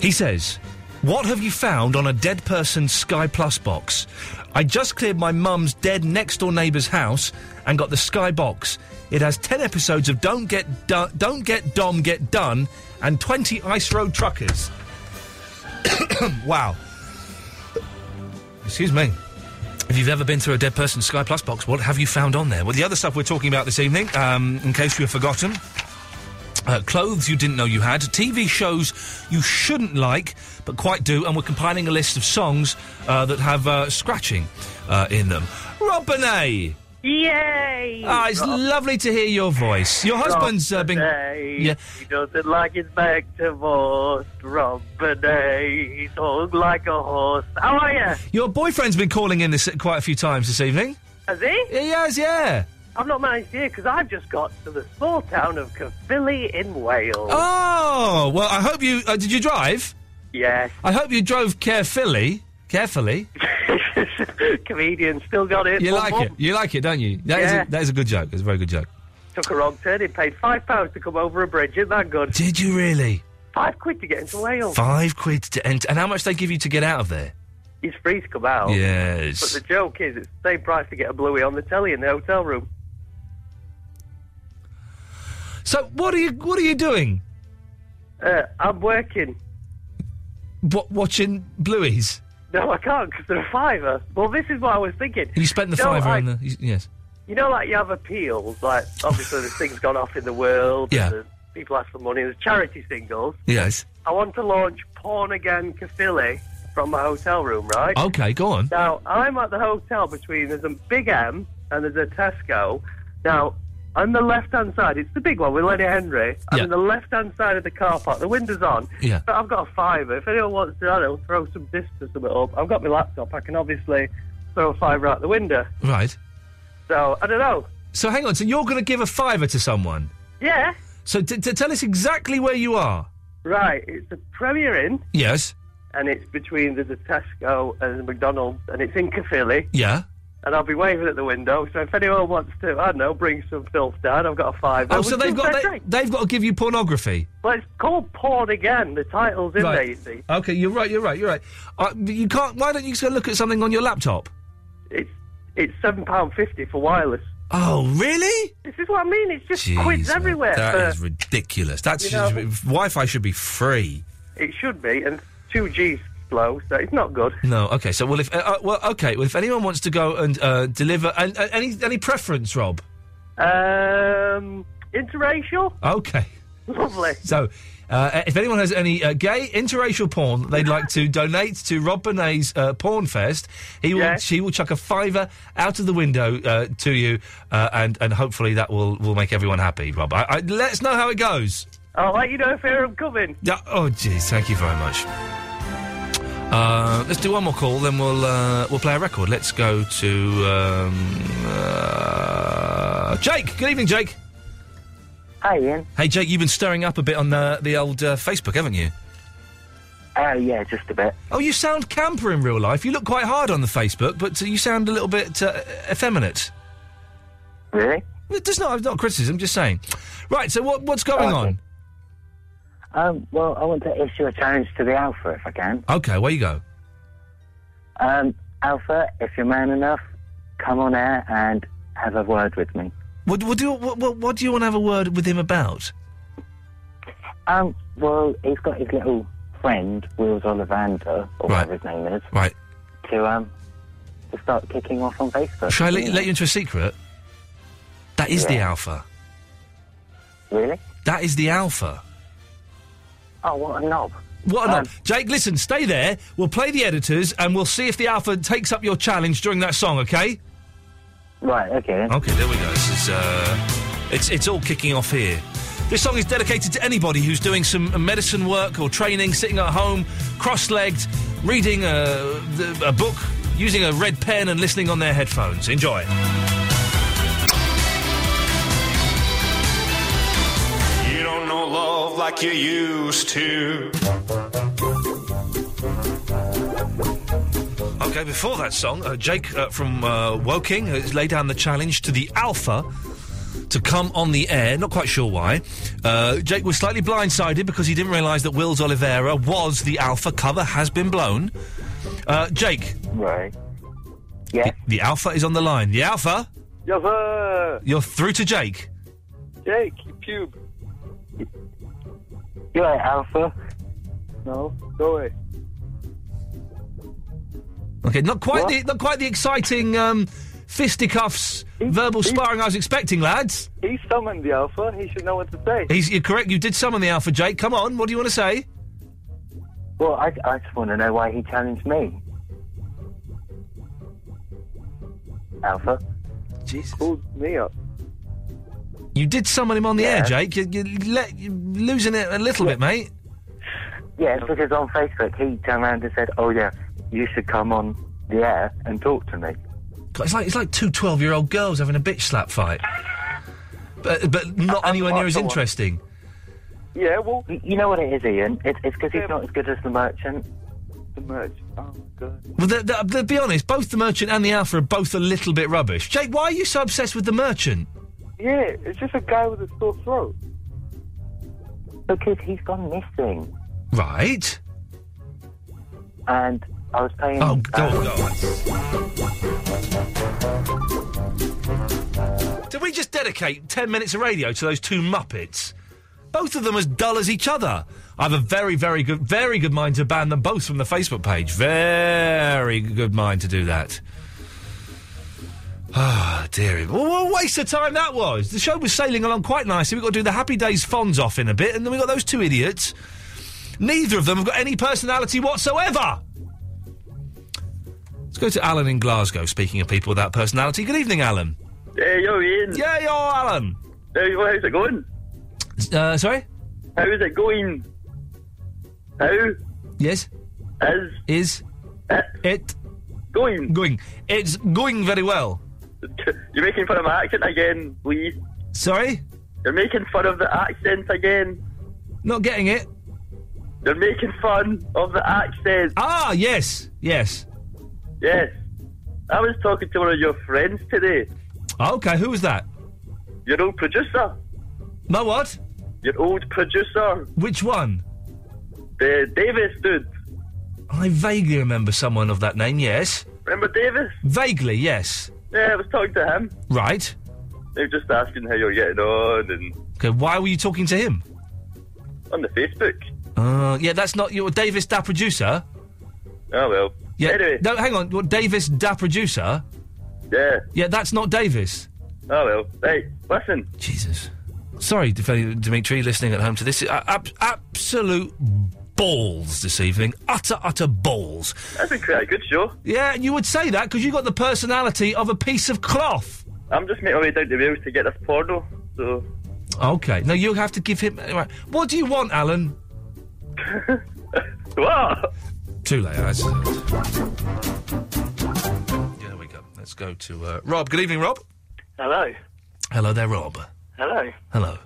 Speaker 3: He says, What have you found on a dead person's Sky Plus box? I just cleared my mum's dead next door neighbour's house and got the Sky box. It has 10 episodes of Don't Get, Do- Don't Get Dom Get Done and 20 Ice Road Truckers. wow. Excuse me. If you've ever been through a dead person's Sky Plus box, what have you found on there? Well, the other stuff we're talking about this evening, um, in case you have forgotten, uh, clothes you didn't know you had, TV shows you shouldn't like but quite do, and we're compiling a list of songs uh, that have uh, scratching uh, in them. Robinay!
Speaker 22: Yay!
Speaker 3: Ah, it's lovely to hear your voice. Your husband's uh, been. Yeah.
Speaker 22: He doesn't like his back divorced. Rumpity. He talks like a horse. How are you?
Speaker 3: Your boyfriend's been calling in this quite a few times this evening.
Speaker 22: Has he?
Speaker 3: He has, yeah.
Speaker 22: I've not managed here because I've just got to the small town of Caerphilly in Wales.
Speaker 3: Oh, well, I hope you. Uh, did you drive?
Speaker 22: Yes.
Speaker 3: I hope you drove carefully. Carefully.
Speaker 22: Comedian still got it.
Speaker 3: You
Speaker 22: One
Speaker 3: like
Speaker 22: more.
Speaker 3: it. You like it, don't you? That is
Speaker 22: Yeah.
Speaker 3: a, that is a good joke. It's a very good joke.
Speaker 22: Took a wrong turn. He paid five pounds to come over a bridge. Isn't that good?
Speaker 3: Did you really?
Speaker 22: Five quid to get into Wales.
Speaker 3: Five quid to enter. And how much they give you to get out of there?
Speaker 22: He's free to come out.
Speaker 3: Yes.
Speaker 22: Oh. But the joke is, it's the same price to get a bluey on the telly in the hotel room.
Speaker 3: So what are you what are you doing?
Speaker 22: Uh, I'm working.
Speaker 3: What watching Blueies?
Speaker 22: No, I can't because they're a fiver. Well, this is what I was thinking.
Speaker 3: You spent the
Speaker 22: You know,
Speaker 3: fiver
Speaker 22: I-
Speaker 3: on the you- yes.
Speaker 22: You know, like you have appeals, like obviously there's things gone off in the world.
Speaker 3: Yeah.
Speaker 22: and people ask for money. There's charity singles.
Speaker 3: Yes.
Speaker 22: I want to launch Porn Again Caerphilly from my hotel room, right?
Speaker 3: Okay, go on.
Speaker 22: Now, I'm at the hotel between, there's a Big M and there's a Tesco. Now, on the left-hand side, it's the big one with Lenny Henry. I'm
Speaker 3: Yeah.
Speaker 22: on the left-hand side of the car park. The window's on.
Speaker 3: Yeah.
Speaker 22: But I've got a fiver. If anyone wants to, I'll throw some discs or something up. I've got my laptop. I can obviously throw a fiver out the window.
Speaker 3: Right.
Speaker 22: So, I don't know.
Speaker 3: So hang on. So you're going to give a fiver to someone.
Speaker 22: Yeah.
Speaker 3: So t- t- tell us exactly where you are.
Speaker 22: Right. It's a Premier Inn,
Speaker 3: Yes.
Speaker 22: and it's between, there's a Tesco and a McDonald's, and it's in Caerphilly.
Speaker 3: Yeah.
Speaker 22: and I'll be waving at the window. So if anyone wants to, I don't know, bring some filth down, I've got a five.
Speaker 3: Oh, so they've got they, they've got to give you pornography.
Speaker 22: Well, it's called Porn Again. The title's in
Speaker 3: Right.
Speaker 22: there, you see.
Speaker 3: Okay, you're right. You're right. You're right. Uh, but you can't. Why don't you just go look at something on your laptop?
Speaker 22: It's it's seven pound fifty for wireless.
Speaker 3: Oh, really?
Speaker 22: This is what I mean. It's just quids everywhere.
Speaker 3: That
Speaker 22: for-
Speaker 3: is ridiculous. That's
Speaker 22: You know-
Speaker 3: Wi-Fi should be free.
Speaker 22: It should be, and two G's slow, so it's not good.
Speaker 3: No, okay. So, well, if uh, uh, well, okay. Well, if anyone wants to go and uh, deliver, and uh, any any preference, Rob?
Speaker 22: Um, interracial,
Speaker 3: Okay.
Speaker 22: lovely.
Speaker 3: So, uh, if anyone has any uh, gay interracial porn that they'd like to donate to Rob Bonet's uh, Porn Fest, he will she will chuck a fiver out of the window uh, to you, uh, and and hopefully that will will make everyone happy. Rob, I, I, let us know how it goes.
Speaker 22: I'll let you know if I'm coming.
Speaker 3: Yeah, oh, geez, thank you very much. Uh, let's do one more call, then we'll uh, we'll play a record. Let's go to um, uh, Jake. Good evening, Jake.
Speaker 7: Hi, Ian.
Speaker 3: Hey, Jake, you've been stirring up a bit on the the old uh, Facebook, haven't you?
Speaker 7: Oh, yeah, just a bit.
Speaker 3: Oh, you sound camper in real life. You look quite hard on the Facebook, but uh, you sound a little bit uh, effeminate.
Speaker 7: Really?
Speaker 3: It's not, it's not criticism, just saying. Right, so what, what's going
Speaker 7: Oh,
Speaker 3: on?
Speaker 7: Um, well, I want to issue a challenge to the Alpha if I can.
Speaker 3: Okay, where you go?
Speaker 7: Um, Alpha, if you're man enough, come on air and have a word with me.
Speaker 3: What, what, do you, what, what, what do you want to have a word with him about?
Speaker 7: Um, well, he's got his little friend, Wheels Ollivander, or whatever his name is.
Speaker 3: Right.
Speaker 7: To, um, to start kicking off on Facebook.
Speaker 3: Shall I let, let you into a secret? That is the
Speaker 7: Yeah.
Speaker 3: alpha.
Speaker 7: Really?
Speaker 3: That is the alpha.
Speaker 7: Oh, what a knob.
Speaker 3: What a
Speaker 7: Um,
Speaker 3: knob. Jake, listen, stay there. We'll play the editors and we'll see if the alpha takes up your challenge during that song, okay?
Speaker 7: Right, okay.
Speaker 3: Okay, there we go. This is, uh, it's, it's all kicking off here. This song is dedicated to anybody who's doing some uh, medicine work or training, sitting at home, cross legged, reading a, a book, using a red pen, and listening on their headphones. Enjoy.
Speaker 10: You don't know love like you used to.
Speaker 3: Okay, before that song, uh, Jake uh, from uh, Woking has laid down the challenge to the Alpha to come on the air. Not quite sure why. Uh, Jake was slightly blindsided because he didn't realise that Wills Oliveira was the Alpha. Cover has been blown. Uh, Jake.
Speaker 7: Right. Yeah.
Speaker 3: The, the Alpha is on the line. The Alpha,
Speaker 19: Yes, sir.
Speaker 3: you're through to Jake.
Speaker 19: Jake, pube.
Speaker 7: You right, Alpha?
Speaker 19: No, go away.
Speaker 3: Okay, not quite the not quite the exciting um, fisticuffs, verbal sparring I was expecting, lads.
Speaker 19: He summoned the alpha. He should know what to say.
Speaker 3: He's, you're correct. You did summon the Alpha, Jake. Come on. What do you want to say?
Speaker 7: Well, I, I just want to know why he challenged me. Alpha?
Speaker 3: Jesus.
Speaker 19: Called me up.
Speaker 3: You did summon him on the air,
Speaker 7: Yeah.
Speaker 3: Jake. You're, you're, le- you're losing it a little bit, mate.
Speaker 7: Yeah, it's because on Facebook he turned around and said, oh yeah, you should come on the air and talk to me.
Speaker 3: God, It's like it's like two 12 year old girls having a bitch slap fight, but but not anywhere near as
Speaker 7: go on.
Speaker 3: interesting.
Speaker 7: Yeah, well... You, know what it is, Ian? It, it's because he's not as good as the merchant. The merchant? Oh, God.
Speaker 3: Well, th th th- be honest, both the merchant and the alpha are both a little bit rubbish. Jake, why are you so obsessed with the merchant?
Speaker 19: Yeah, it's just a guy with a sore throat.
Speaker 7: Because he's gone missing.
Speaker 3: Right.
Speaker 7: And I was playing...
Speaker 3: Oh, go,
Speaker 7: um,
Speaker 3: Did we just dedicate 10 minutes of radio to those two Muppets? Both of them as dull as each other. I have a very, very good, very good mind to ban them both from the Facebook page. Very good mind to do that. Ah, dearie. Well, what a waste of time that was. The show was sailing along quite nicely. We've got to do the Happy Days Fonz off in a bit, and then we've got those two idiots. Neither of them have got any personality whatsoever. Let's go to Alan in Glasgow, speaking of people without personality. Good evening, Alan.
Speaker 9: Hey, yo, Ian.
Speaker 3: Yeah, yo, Alan.
Speaker 9: Hey, yo, how's it going?
Speaker 3: Uh, sorry?
Speaker 9: How's it going? How?
Speaker 3: Yes?
Speaker 9: Is?
Speaker 3: Is?
Speaker 9: Eh.
Speaker 3: It?
Speaker 9: Going?
Speaker 3: Going. It's going very well.
Speaker 9: You're making fun of my accent again, Lee.
Speaker 3: Sorry?
Speaker 9: You're making fun of the accent again.
Speaker 3: Not getting it?
Speaker 9: You're making fun of the accent.
Speaker 3: Ah, yes, yes.
Speaker 9: Yes. I was talking to one of your friends today.
Speaker 3: Okay, who was that?
Speaker 9: Your old producer.
Speaker 3: My what?
Speaker 9: Your old producer.
Speaker 3: Which one?
Speaker 9: The Davis dude.
Speaker 3: I vaguely remember someone of that name, yes.
Speaker 9: Remember Davis?
Speaker 3: Vaguely, yes.
Speaker 9: Yeah, I was talking to him.
Speaker 3: Right.
Speaker 9: They were just asking how you're getting on and
Speaker 3: Okay, why were you talking to him?
Speaker 9: on the Facebook.
Speaker 3: Uh, yeah, that's not your Davis Da producer.
Speaker 9: Oh well.
Speaker 3: Yeah. No, hang on. What Davis Da producer?
Speaker 9: Yeah.
Speaker 3: Yeah, that's not Davis.
Speaker 9: Oh well. Hey, listen.
Speaker 3: Jesus. Sorry, if any- Dimitri, listening at home to this. Uh, ab- absolute balls this evening. Utter, utter balls.
Speaker 9: That's been quite a good show.
Speaker 3: Yeah, and you would say that because you got the personality of a piece of cloth.
Speaker 9: I'm just making my way down to Wales to get this porno. So
Speaker 3: Okay. Now you have to give him. Right. What do you want, Alan?
Speaker 9: what?
Speaker 3: Too late. That's, there we go. Let's go to uh, Rob. Good evening, Rob.
Speaker 12: Hello.
Speaker 3: Hello there, Rob.
Speaker 12: Hello.
Speaker 3: Hello.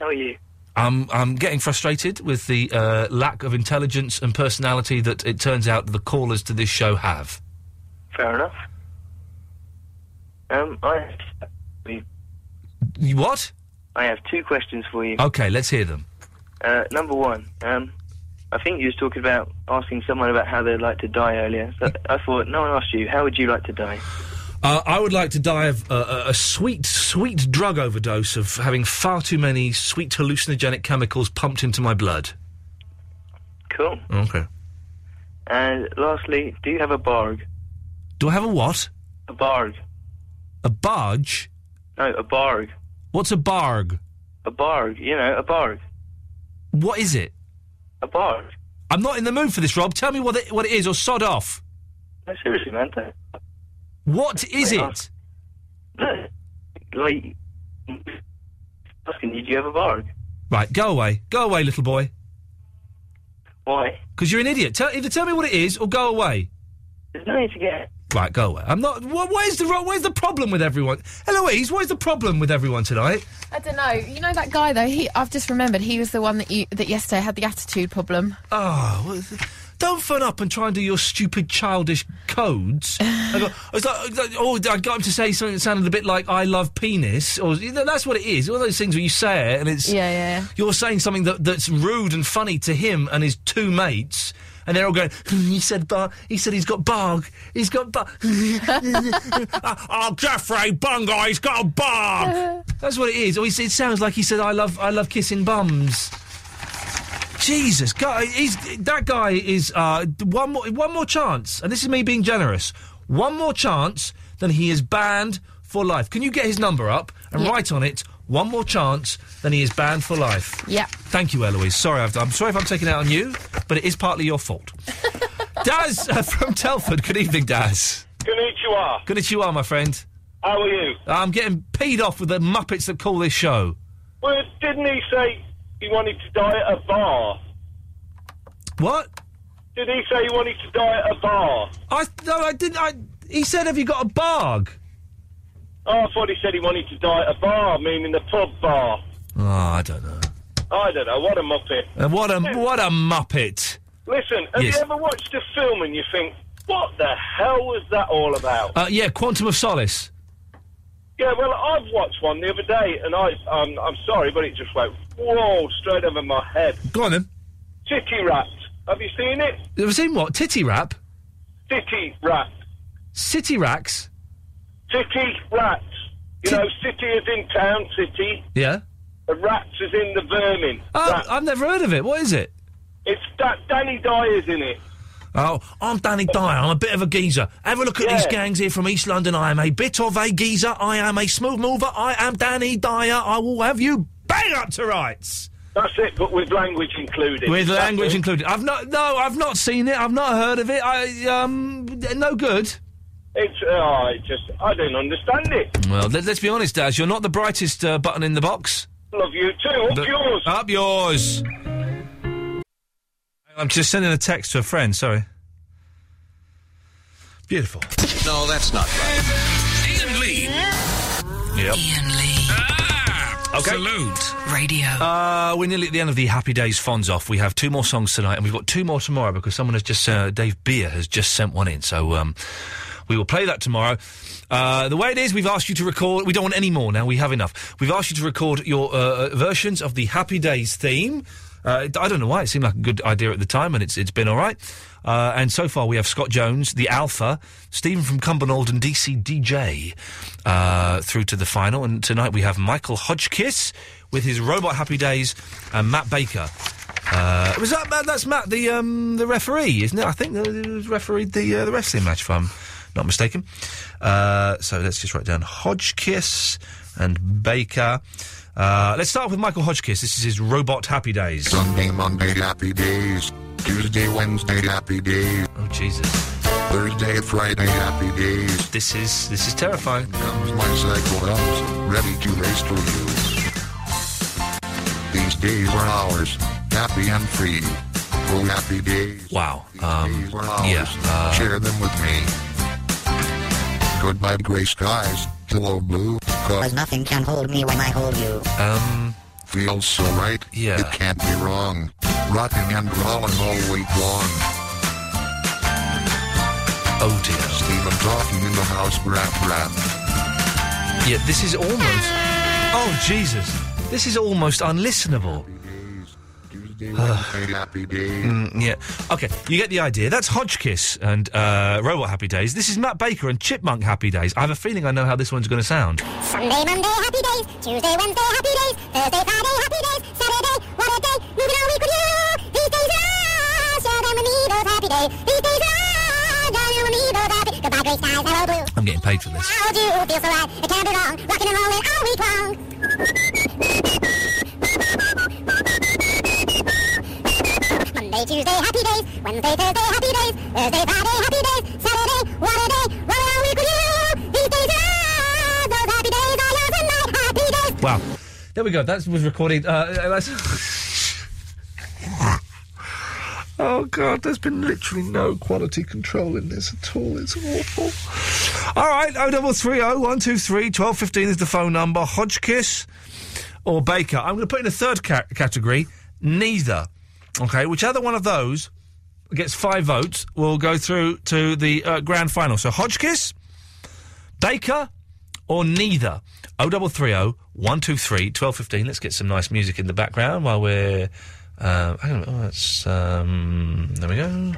Speaker 12: How are you?
Speaker 3: I'm I'm getting frustrated with the uh, lack of intelligence and personality that it turns out the callers to this show have.
Speaker 12: Fair enough. Um, I
Speaker 3: You what?
Speaker 12: I have two questions for you.
Speaker 3: Okay, let's hear them.
Speaker 12: Uh, number one, um, I think you was talking about asking someone about how they'd like to die earlier. So I thought no one asked you. How would you like to die?
Speaker 3: Uh, I would like to die of uh, a a sweet, sweet drug overdose of having far too many sweet hallucinogenic chemicals pumped into my blood.
Speaker 12: Cool.
Speaker 3: Okay.
Speaker 12: And lastly, do you have a barg?
Speaker 3: Do I have a what?
Speaker 9: A barg.
Speaker 3: A barge?
Speaker 9: No, a barg.
Speaker 3: What's a barg?
Speaker 9: A barg. You know, a barg.
Speaker 3: What is it?
Speaker 9: A barg.
Speaker 3: I'm not in the mood for this, Rob. Tell me what it, what it is, or sod off.
Speaker 9: No, seriously, man. don't-
Speaker 3: What is it?
Speaker 9: Like, asking, did you have a barg?
Speaker 3: Right, go away, go away, little boy.
Speaker 9: Why?
Speaker 3: Because you're an idiot. Tell, either tell me what it is, or go away.
Speaker 9: There's no need to get.
Speaker 3: Right, go away. I'm not. What, what is the ro- where's the problem with everyone? Eloise, what is the problem with everyone tonight?
Speaker 4: I don't know. You know that guy though. He I've just remembered he was the one that you that yesterday had the attitude problem.
Speaker 3: Oh, what is it? don't phone up and try and do your stupid childish codes. I, got, I was like, oh, I got him to say something that sounded a bit like "I love penis," or you know, that's what it is. All those things where you say it and it's
Speaker 4: Yeah, yeah, yeah.
Speaker 3: You're saying something that, that's rude and funny to him and his two mates, and they're all going. "Hmm, He said bar. He said he's got barg. He's got barg. oh, Jeffrey Bungo, he's got a barg. That's what it is. Or he, s- it sounds like he said, "I love, I love kissing bums." Jesus, guy, he's, that guy is uh, one more one more chance, and this is me being generous. One more chance, then he is banned for life. Can you get his number up and write on it? One more chance, then he is banned for life.
Speaker 4: Yeah.
Speaker 3: Thank you, Eloise. Sorry, I've, I'm sorry if I'm taking it out on you, but it is partly your fault. Daz uh, from Telford. Good evening, Daz.
Speaker 9: Konnichiwa.
Speaker 3: Konnichiwa, my friend.
Speaker 9: How are you?
Speaker 3: I'm getting peed off with the muppets that call this show.
Speaker 9: Well, didn't he say he wanted to die at a bar?
Speaker 3: What?
Speaker 9: Did he say he wanted to die at a bar?
Speaker 3: I no, I didn't. I he said, "Have you got a barg?"
Speaker 9: Oh, I thought he said he wanted to die at a bar, meaning the pub bar.
Speaker 3: Oh, I don't know.
Speaker 9: I don't know. What a muppet.
Speaker 3: Uh, what a what a muppet.
Speaker 9: Listen, have
Speaker 3: Yes.
Speaker 9: you ever watched a film and you think, what the hell was that all about?
Speaker 3: Uh, yeah, Quantum of Solace.
Speaker 9: Yeah, well, I've watched one the other day, and I, um, I'm sorry, but it just went whoa straight over my head.
Speaker 3: Go on then.
Speaker 9: Titty rat. Have you seen it?
Speaker 3: You ever seen what? Titty rap?
Speaker 9: Titty rat.
Speaker 3: City racks?
Speaker 9: Titty rat. You know, city is in town, city.
Speaker 3: Yeah.
Speaker 9: The rats is in the vermin.
Speaker 3: Oh,
Speaker 9: Rat.
Speaker 3: I've never heard of it. What is it?
Speaker 9: It's that Danny Dyer's in it.
Speaker 3: Oh, I'm Danny Dyer. I'm a bit of a geezer. Have a look at these gangs here from East London. I am a bit of a geezer. I am a smooth mover. I am Danny Dyer. I will have you bang up to rights.
Speaker 9: That's it, but with language included.
Speaker 3: With
Speaker 9: That's
Speaker 3: language
Speaker 9: it.
Speaker 3: included. I've not. No, I've not seen it. I've not heard of it. I um, no good.
Speaker 9: It's, oh, I just, I don't understand it.
Speaker 3: Well, let, let's be honest, Daz. You're not the brightest uh, button in the box.
Speaker 9: Love you too. Up
Speaker 3: The-
Speaker 9: yours.
Speaker 3: Up yours. I'm just sending a text to a friend. Sorry. Beautiful.
Speaker 15: No, that's not right. Ian Lee.
Speaker 3: Yep. Ah, Okay.
Speaker 15: Salute. Radio.
Speaker 3: Uh, we're nearly at the end of the Happy Days Fonz off. We have two more songs tonight, and we've got two more tomorrow because someone has just uh, Dave Beer has just sent one in. So um, we will play that tomorrow. Uh, the way it is, we've asked you to record. We don't want any more now. We have enough. We've asked you to record your uh, versions of the Happy Days theme. Uh, it- I don't know why it seemed like a good idea at the time, and it's it's been all right. Uh, and so far, we have Scott Jones, the Alpha, Stephen from Cumbernauld, and DC DJ uh, through to the final. And tonight we have Michael Hodgkiss with his Robot Happy Days and Matt Baker. Uh, was that Matt? That's Matt, the um, the referee, isn't it? I think that he was refereed the uh, the wrestling match, if I'm not mistaken. Uh, so let's just write down Hodgkiss and Baker. Uh, let's start with Michael Hodgkiss. This is his Robot Happy Days.
Speaker 11: Sunday, Monday, happy days. Tuesday, Wednesday, happy days.
Speaker 3: Oh Jesus.
Speaker 11: Thursday, Friday, happy days.
Speaker 3: This is this is terrifying.
Speaker 11: Comes my cycle comes, ready to race for you. These days are ours, happy and free. Oh, happy days.
Speaker 3: Wow. Um, yeah. Uh,
Speaker 11: Share them with me. Goodbye, gray skies. Hello, blue. Cause nothing can hold me when I hold you.
Speaker 3: Um.
Speaker 11: Feels so right.
Speaker 3: Yeah.
Speaker 11: It can't be wrong. Rocking and rolling all week long.
Speaker 3: Oh dear.
Speaker 11: Stephen talking in the house, rap, rap.
Speaker 3: Yeah, this is almost. Oh Jesus! This is almost unlistenable.
Speaker 11: Wednesday, happy days.
Speaker 3: Mm, yeah. Okay, you get the idea. That's Hodgkiss and uh, Robot Happy Days. This is Matt Baker and Chipmunk Happy Days. I have a feeling I know how this one's going to sound.
Speaker 14: Sunday, Monday, happy days. Tuesday, Wednesday, happy days. Thursday, Friday, happy days. Saturday, what a day. Moving all week with you. These days are share them with me, those happy days. These days are share them with me, those happy. Goodbye, Strawberry skies are all blue.
Speaker 3: I'm getting paid for this.
Speaker 14: How do you feel so right? It can't be wrong. Rocking and rolling all week long. Monday, Tuesday, happy days. Wednesday, Thursday, happy days. Thursday, Friday, happy days. Saturday, what a day. Rolling all week with you. These days are those happy days are yours and mine. Happy days.
Speaker 3: Wow. There we go. That was recorded. Uh, uh, that's... oh, God. There's been literally no quality control in this at all. It's awful. All right. 0330 123 1215 is the phone number. Hodgkiss or Baker. I'm going to put in a third ca- category. Neither. Okay. Whichever one of those gets five votes will go through to the uh, grand final. So Hodgkiss, Baker, or neither. 0330 123 1215. Let's get some nice music in the background while we're. Uh, hang on a minute. Oh, that's. Um, there we go. Nope.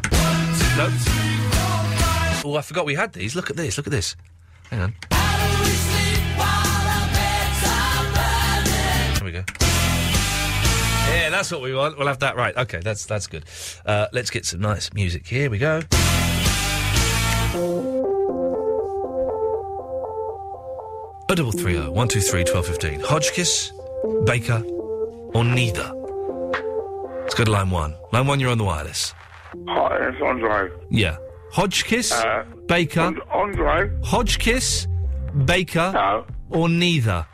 Speaker 3: Oh, I forgot we had these. Look at this. Look at this. Hang on. Here we go. Yeah, that's what we want. We'll have that right. Okay, that's that's good. Uh, let's get some nice music. Here we go. Oh, double three oh one two three twelve fifteen. Hodgkiss, Baker, or neither. Let's go to line one. Line one, you're on the wireless.
Speaker 19: Hi, it's Andre.
Speaker 3: Yeah. Hodgkiss,
Speaker 19: Uh,
Speaker 3: Baker.
Speaker 19: Andre?
Speaker 3: Hodgkiss, Baker, or neither.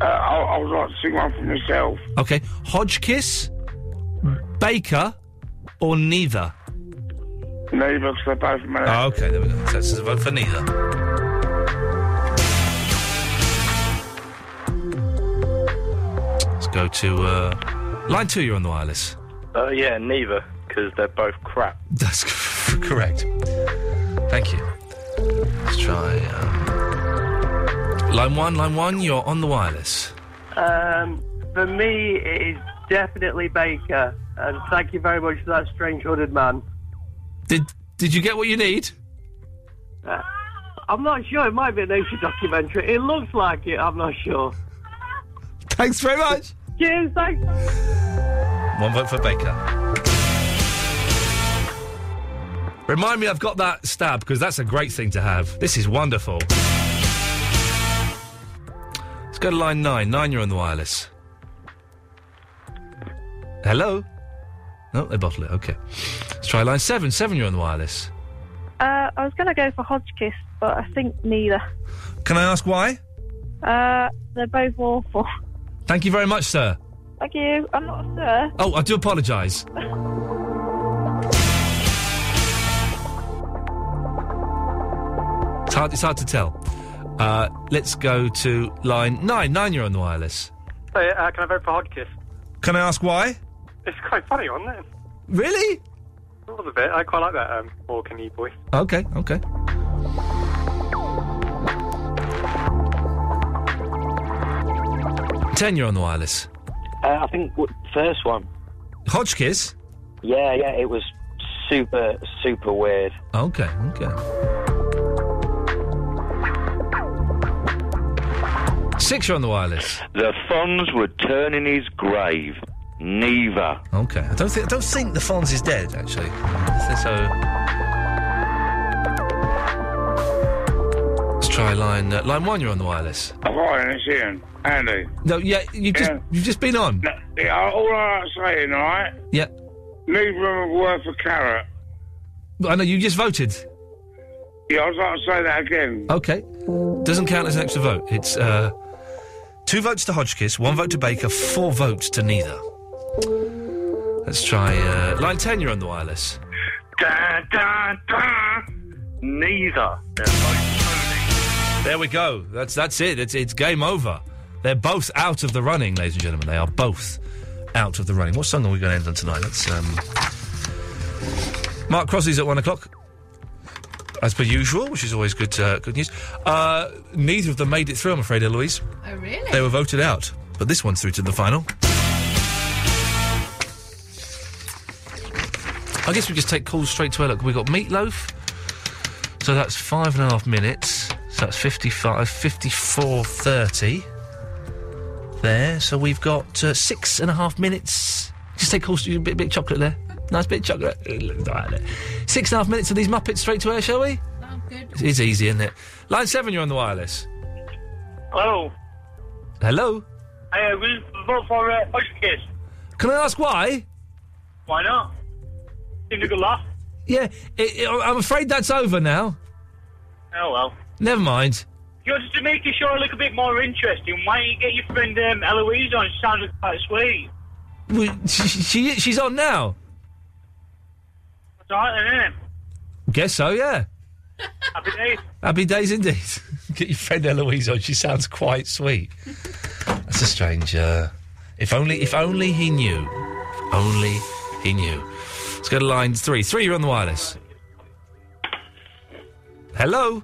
Speaker 19: Uh, I, I would like to sing one for myself.
Speaker 3: Okay. Hodgkiss, Baker, or neither.
Speaker 19: Neither, because they're both male.
Speaker 3: Oh, okay, there we go. So this is a vote for neither. Let's go to uh, line two. You're on the wireless.
Speaker 16: Uh, yeah, neither, because they're both crap.
Speaker 3: That's correct. Thank you. Let's try um, line one. Line one. You're on the wireless.
Speaker 22: Um, for me, it is definitely Baker. And thank you very much for that strange hooded man.
Speaker 3: Did Did you get what you need?
Speaker 22: Uh, I'm not sure. It might be a nature documentary. It looks like it. I'm not sure.
Speaker 3: Thanks very much.
Speaker 22: Cheers. Thanks.
Speaker 3: One vote for Baker. Remind me, I've got that stab because that's a great thing to have. This is wonderful. Let's go to line nine. Nine, you're on the wireless. Hello. No, they bottle it. Okay. Let's try line seven. Seven, you're on the wireless.
Speaker 8: Uh, I was going to go for Hodgkiss, but I think neither.
Speaker 3: Can I ask why?
Speaker 8: Uh, they're both awful.
Speaker 3: Thank you very much, sir.
Speaker 8: Thank you. I'm not a sir.
Speaker 3: Oh, I do apologise. It's hard, it's hard to tell. Uh, let's go to line nine. Nine, you're on the wireless.
Speaker 13: So, uh, can I vote for Hodgkiss?
Speaker 3: Can I ask why?
Speaker 13: It's quite funny, wasn't it?
Speaker 3: Really?
Speaker 13: A little bit. I quite like that um, Orkney voice.
Speaker 3: Okay, okay. Ten, you're on the wireless.
Speaker 23: Uh, I think w- first one.
Speaker 3: Hodgkiss?
Speaker 23: Yeah, yeah, it was super, super weird.
Speaker 3: Okay, okay. Six, you're on the wireless.
Speaker 24: The Fonz would turn in his grave. Neither.
Speaker 3: Okay. I don't think I don't think the Fonz is dead actually. So let's try line uh, line one. You're on the wireless.
Speaker 19: Hi, it's Ian. Andy.
Speaker 3: No, yeah, you've just you've just been on.
Speaker 19: Yeah, all I'm saying, all right?
Speaker 3: Yeah,
Speaker 19: Leave room of worth a carrot.
Speaker 3: I know you just voted.
Speaker 19: Yeah, I was like to say that again.
Speaker 3: Okay, doesn't count as an extra vote. It's uh, two votes to Hodgkiss, one vote to Baker, four votes to neither. Let's try uh, line ten. You're on the wireless.
Speaker 13: Da, da, da. Neither.
Speaker 3: There we go. That's that's it. It's it's game over. They're both out of the running, ladies and gentlemen. They are both out of the running. What song are we going to end on tonight? Let's um, Mark Crossley's at one o'clock, as per usual, which is always good uh, good news. Uh, neither of them made it through. I'm afraid, Eloise.
Speaker 4: Oh, really?
Speaker 3: They were voted out, but this one's through to the final. I guess we just take calls straight to air. Look, we've got meatloaf. So that's five and a half minutes. So that's 55, 54.30 there. So we've got uh, six and a half minutes. Just take calls, a bit, bit of chocolate there. Nice bit of chocolate. Alright, then. Six and a half minutes of these Muppets straight to air, shall we? It's- It's easy, isn't it? Line seven, you're on the wireless.
Speaker 22: Hello.
Speaker 3: Hello.
Speaker 22: Hey, uh, we vote for uh, Hodgkiss.
Speaker 3: Can I ask why?
Speaker 22: Why not? Seems a good laugh.
Speaker 3: Yeah, it, it- I'm afraid that's over now.
Speaker 22: Oh well.
Speaker 3: Never mind.
Speaker 22: Just to make your show look a bit more interesting, why don't you get your friend um, Eloise on? She sounds quite sweet.
Speaker 3: We, she, she, she's on now.
Speaker 22: That's alright then, isn't it?
Speaker 3: Guess so. Yeah.
Speaker 22: Happy days.
Speaker 3: Happy days indeed. Get your friend Eloise on. She sounds quite sweet. That's a strange. Uh, if only, if only he knew. If only he knew. Let's go to line three. Three, you're on the wireless. Hello.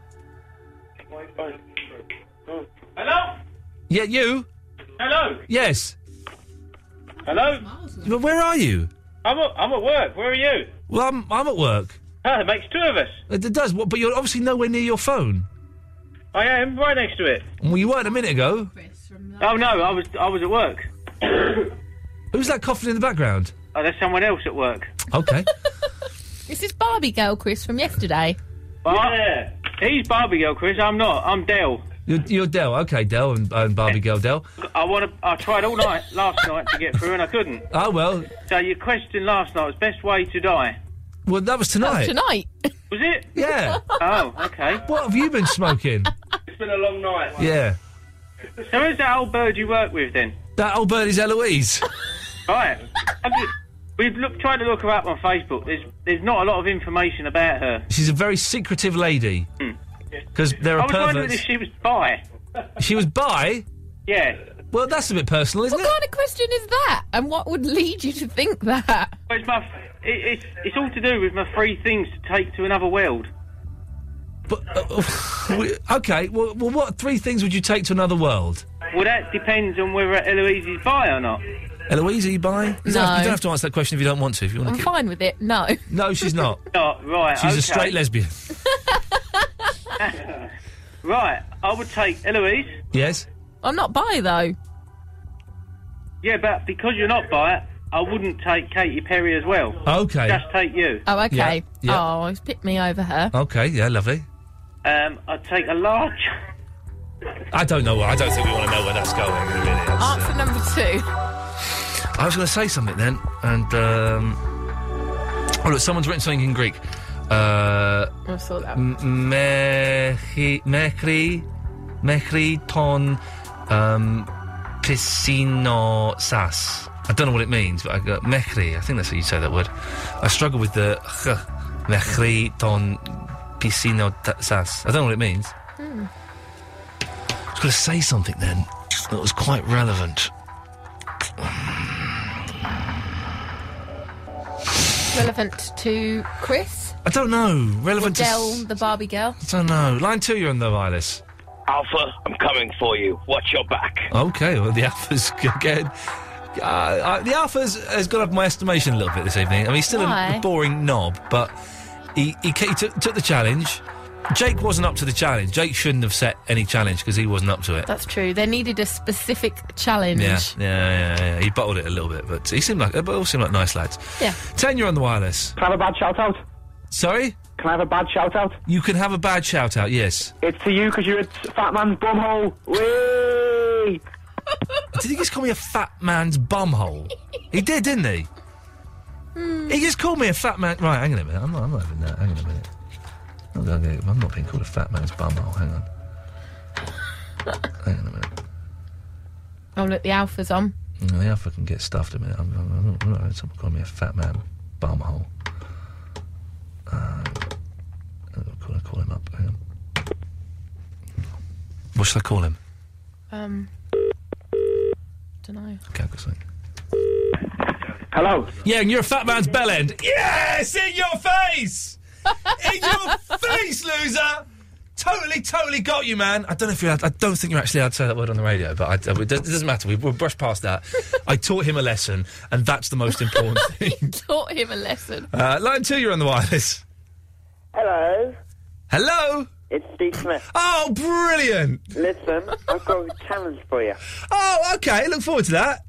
Speaker 22: Hello?
Speaker 3: Yeah, you.
Speaker 22: Hello?
Speaker 3: Yes.
Speaker 22: Hello?
Speaker 3: Well, Where are you?
Speaker 22: I'm at, I'm at work. Where are you?
Speaker 3: Well, I'm, I'm at work.
Speaker 22: Ah, it makes two of us.
Speaker 3: It, it does. What? But you're obviously nowhere near your phone.
Speaker 22: I am right next to it.
Speaker 3: Well, you weren't a minute ago.
Speaker 22: Oh no, I was I was at work.
Speaker 3: Who's that coughing in the background?
Speaker 22: Oh, there's someone else at work.
Speaker 3: Okay.
Speaker 4: This is Barbie girl, Chris, from yesterday.
Speaker 22: yeah. He's Barbie girl, Chris. I'm not. I'm Dale.
Speaker 3: You're, you're Dell. Okay, Dell and, and Barbie girl Dell.
Speaker 22: I want to. I tried all night last night to get through, and I couldn't.
Speaker 3: Oh well.
Speaker 22: So your question last night was best way to die.
Speaker 3: Well, that was tonight.
Speaker 4: tonight.
Speaker 22: Was it?
Speaker 3: Yeah.
Speaker 22: Oh, okay.
Speaker 3: What have you been smoking?
Speaker 22: It's been a long night.
Speaker 3: yeah.
Speaker 22: So who's that old bird you work with then?
Speaker 3: That old bird is Eloise.
Speaker 22: Right. I'm just- We've look, tried to look her up on Facebook. There's there's not a lot of information about her.
Speaker 3: She's a very secretive lady. Because there
Speaker 22: Hmm. I
Speaker 3: are
Speaker 22: was wondering if
Speaker 3: perverts.
Speaker 22: she was bi.
Speaker 3: She was bi.
Speaker 22: Yeah.
Speaker 3: Well, that's a bit personal, isn't
Speaker 4: What
Speaker 3: it?
Speaker 4: kind of question is that? And what would lead you to think that?
Speaker 22: Well, It's, my, f- it, it's, it's all to do with my three things to take to another world.
Speaker 3: We- okay. Well, well, what three things would you take to another world?
Speaker 22: Well, that depends on whether Eloise is bi or not.
Speaker 3: Eloise, are you bi? You don't have-
Speaker 4: No.
Speaker 3: you don't have to answer that question if you don't want to. If you want
Speaker 4: I'm
Speaker 3: to.
Speaker 4: fine with it. No.
Speaker 3: Keep... No, she's not.
Speaker 22: Oh, right.
Speaker 3: She's
Speaker 22: okay.
Speaker 3: a straight lesbian.
Speaker 22: Right. I would take Eloise.
Speaker 3: Yes.
Speaker 4: I'm not bi though.
Speaker 22: Yeah, but because you're not bi, I wouldn't take Katy Perry as well.
Speaker 3: Okay.
Speaker 22: Just take you.
Speaker 4: Oh, okay.
Speaker 3: Yeah, yeah. Oh.
Speaker 4: Oh, he's picked me over her.
Speaker 3: Okay. Yeah. Lovely.
Speaker 22: Um, I'd take a large.
Speaker 3: I don't know. I don't think we want to know where that's going in a minute.
Speaker 4: Answer number two.
Speaker 3: I was going to say something then, and um, oh look, someone's written something in Greek. Uh,
Speaker 4: I saw that.
Speaker 3: m- Mehri, mehri, mehri ton um, pisino sas. I don't know what it means, but I got mehri. I think that's how you say that word. I struggle with the ch. Mehri ton pisino ta- sas. I don't know what it means.
Speaker 4: Hmm.
Speaker 3: I was going to say something then that was quite relevant.
Speaker 4: Relevant to Chris.
Speaker 3: I don't know. Relevant to.
Speaker 4: Dell, the Barbie girl.
Speaker 3: I don't know. Line two, you're on the wireless.
Speaker 25: Alpha, I'm coming for you. Watch your back.
Speaker 3: Okay, well, the Alpha's g- again. Uh, uh, the Alpha's has gone up my estimation a little bit this evening. I mean, he's still a,
Speaker 4: Why?
Speaker 3: a boring knob, but he, he, ca- he took, took the challenge. Jake wasn't up to the challenge. Jake shouldn't have set any challenge because he wasn't up to it.
Speaker 4: That's true. They needed a specific challenge.
Speaker 3: yeah, yeah, yeah, yeah. He bottled it a little bit, but he seemed like, but all seemed like nice lads.
Speaker 4: Yeah.
Speaker 3: Ten, you're on the wireless.
Speaker 26: Can I have a bad shout out?
Speaker 3: Sorry?
Speaker 26: Can I have a bad shout out?
Speaker 3: You can have a bad shout out, yes.
Speaker 26: It's to you because you're a fat man's bumhole. Whee!
Speaker 3: Did he just call me a fat man's bumhole? he did, didn't he? He just called me a fat man. Right, hang on a minute. I'm not, I'm not having that. Hang on a minute. I'm not, gonna- I'm not being called a fat man's bumhole. Hang on. hang on a minute.
Speaker 4: Oh, look, the Alpha's on.
Speaker 3: No, the alpha can get stuffed a minute. I'm, I'm, I'm not, I'm not having someone call me a fat man bumhole. Um, I'm gonna call him up. Hang on. What should I call him?
Speaker 4: Um, don't know.
Speaker 3: Okay, I've got something.
Speaker 26: Hello.
Speaker 3: Yeah, and you're a fat man's bell end. Yes, in your face! in your face, loser! Totally, totally got you, man. I don't know if you're. Allowed, I don't think you're actually allowed to say that word on the radio, but I, it, does, it doesn't matter. We, we'll brush past that. I taught him a lesson, and that's the most important thing.
Speaker 4: Taught him a lesson.
Speaker 3: Uh, line two, you're on the wireless.
Speaker 13: Hello,
Speaker 3: Hello.
Speaker 13: it's Steve Smith.
Speaker 3: Oh, brilliant!
Speaker 13: Listen, I've got a challenge for you.
Speaker 3: Oh, okay. Look forward to that.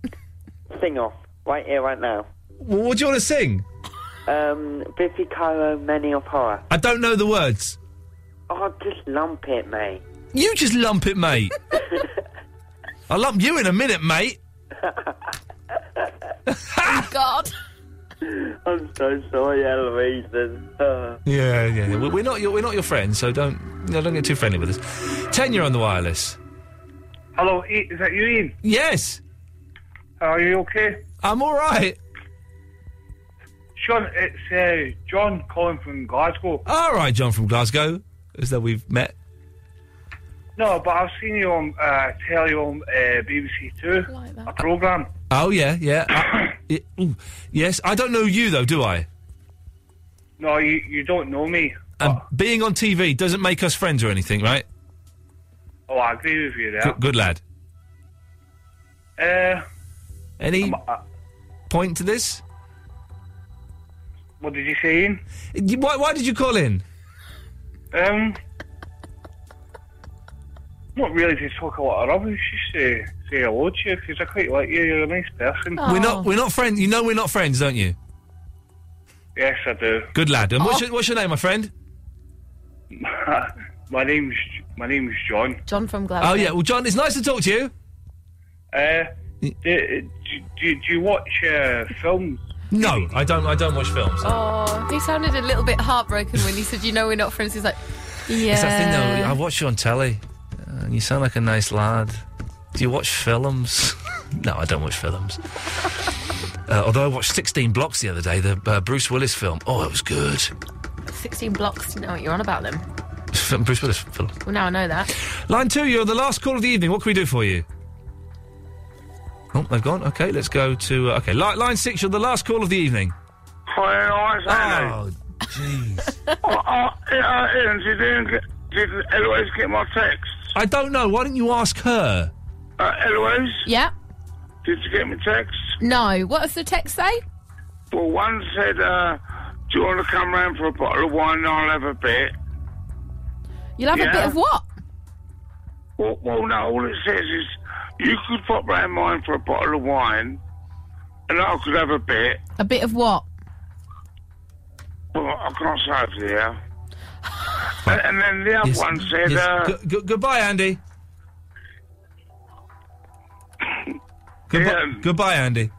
Speaker 13: Sing off, right here, right now.
Speaker 3: Well, what do you want to sing?
Speaker 13: Um, Biffy Clyro, Many of Horror.
Speaker 3: I don't know the words.
Speaker 13: Oh, just lump it, mate.
Speaker 3: You just lump it, mate. I'll lump you in a minute, mate.
Speaker 4: God.
Speaker 13: I'm so sorry, Eloise. and, Uh,
Speaker 3: Yeah, yeah. yeah. We- We're not your we're not your friends, so don't no, don't get too friendly with us. Ten, you're on the wireless.
Speaker 19: Hello, I- is that you, Ian?
Speaker 3: Yes.
Speaker 19: Are you okay?
Speaker 3: I'm all right.
Speaker 19: Sean, it's uh, John calling from Glasgow.
Speaker 3: All right, John from Glasgow, as though we've met.
Speaker 19: No, but I've seen you on uh, telly on uh, BBC Two, a programme.
Speaker 3: Oh yeah, yeah. I- y- ooh, yes, I don't know you though, do I?
Speaker 19: No, you, you don't know me.
Speaker 3: And being on TV doesn't make us friends or anything, right?
Speaker 19: Oh, I agree with you
Speaker 3: Good, good lad.
Speaker 19: there. Uh,
Speaker 3: Any point to this?
Speaker 19: what did you say, Ian?
Speaker 3: Y- Why, why did you call in?
Speaker 19: Um, not really to talk a lot of rubbish, just to say hello to you, because I quite like you, you're a nice person.
Speaker 3: We're
Speaker 4: Oh.
Speaker 3: not we're not friends. You know we're not friends, don't you?
Speaker 19: Yes, I do.
Speaker 3: Good lad. And what's,
Speaker 4: Oh.
Speaker 3: your, what's your name, my friend?
Speaker 19: my name's my name's John.
Speaker 4: John from Glasgow.
Speaker 3: Oh yeah. Well, John, it's nice to talk to you.
Speaker 19: Uh, do, do, do, do you watch uh, films?
Speaker 3: No, I don't. I don't watch films.
Speaker 4: Oh, he sounded a little bit heartbroken when he said, "You know, we're not friends." He's like, "Yeah."
Speaker 3: It's that thing though. I watch you on telly, uh, and you sound like a nice lad. Do you watch films? no, I don't watch films. Uh, although I watched 16 Blocks the other day, the uh, Bruce Willis film. Oh, it was good.
Speaker 4: Sixteen blocks. You know what you're on about them.
Speaker 3: Bruce Willis film.
Speaker 4: Well, now I know that.
Speaker 3: Line two, you're the last call of the evening. What can we do for you? Oh, they've gone. Okay, let's go to. Uh, okay, line, line six, you're the last call of the evening.
Speaker 19: Oh,
Speaker 3: jeez.
Speaker 19: oh, oh, uh, Ian, did Ian get, did Eloise get my text?
Speaker 3: I don't know. Why don't you ask her?
Speaker 19: Uh, Eloise,
Speaker 4: Yeah.
Speaker 19: did you get my text?
Speaker 4: No. What does the text say?
Speaker 19: Well, one said, uh, do you want to come round for a bottle of wine and I'll have a bit?
Speaker 4: You'll have a
Speaker 19: Yeah.
Speaker 4: bit of what?
Speaker 19: Well, well, no, all it says is, you could pop round mine for a bottle of wine and I could have a bit.
Speaker 4: A bit of what?
Speaker 19: Well, I can't say it here. and, and then the other
Speaker 3: Yes,
Speaker 19: one said,
Speaker 3: yes.
Speaker 19: uh,
Speaker 3: Good- good- goodbye, Andy. goodbye, goodbye, Andy.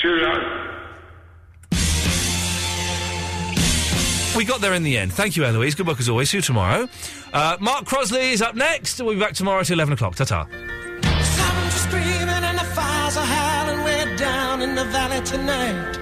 Speaker 19: cheerio.
Speaker 3: We got there in the end. Thank you, Eloise. Good work as always. See you tomorrow. Uh, Mark Crosley is up next. We'll be back tomorrow at 11 o'clock. Ta ta.
Speaker 9: Screaming and the fires are howling. We're down in the valley tonight.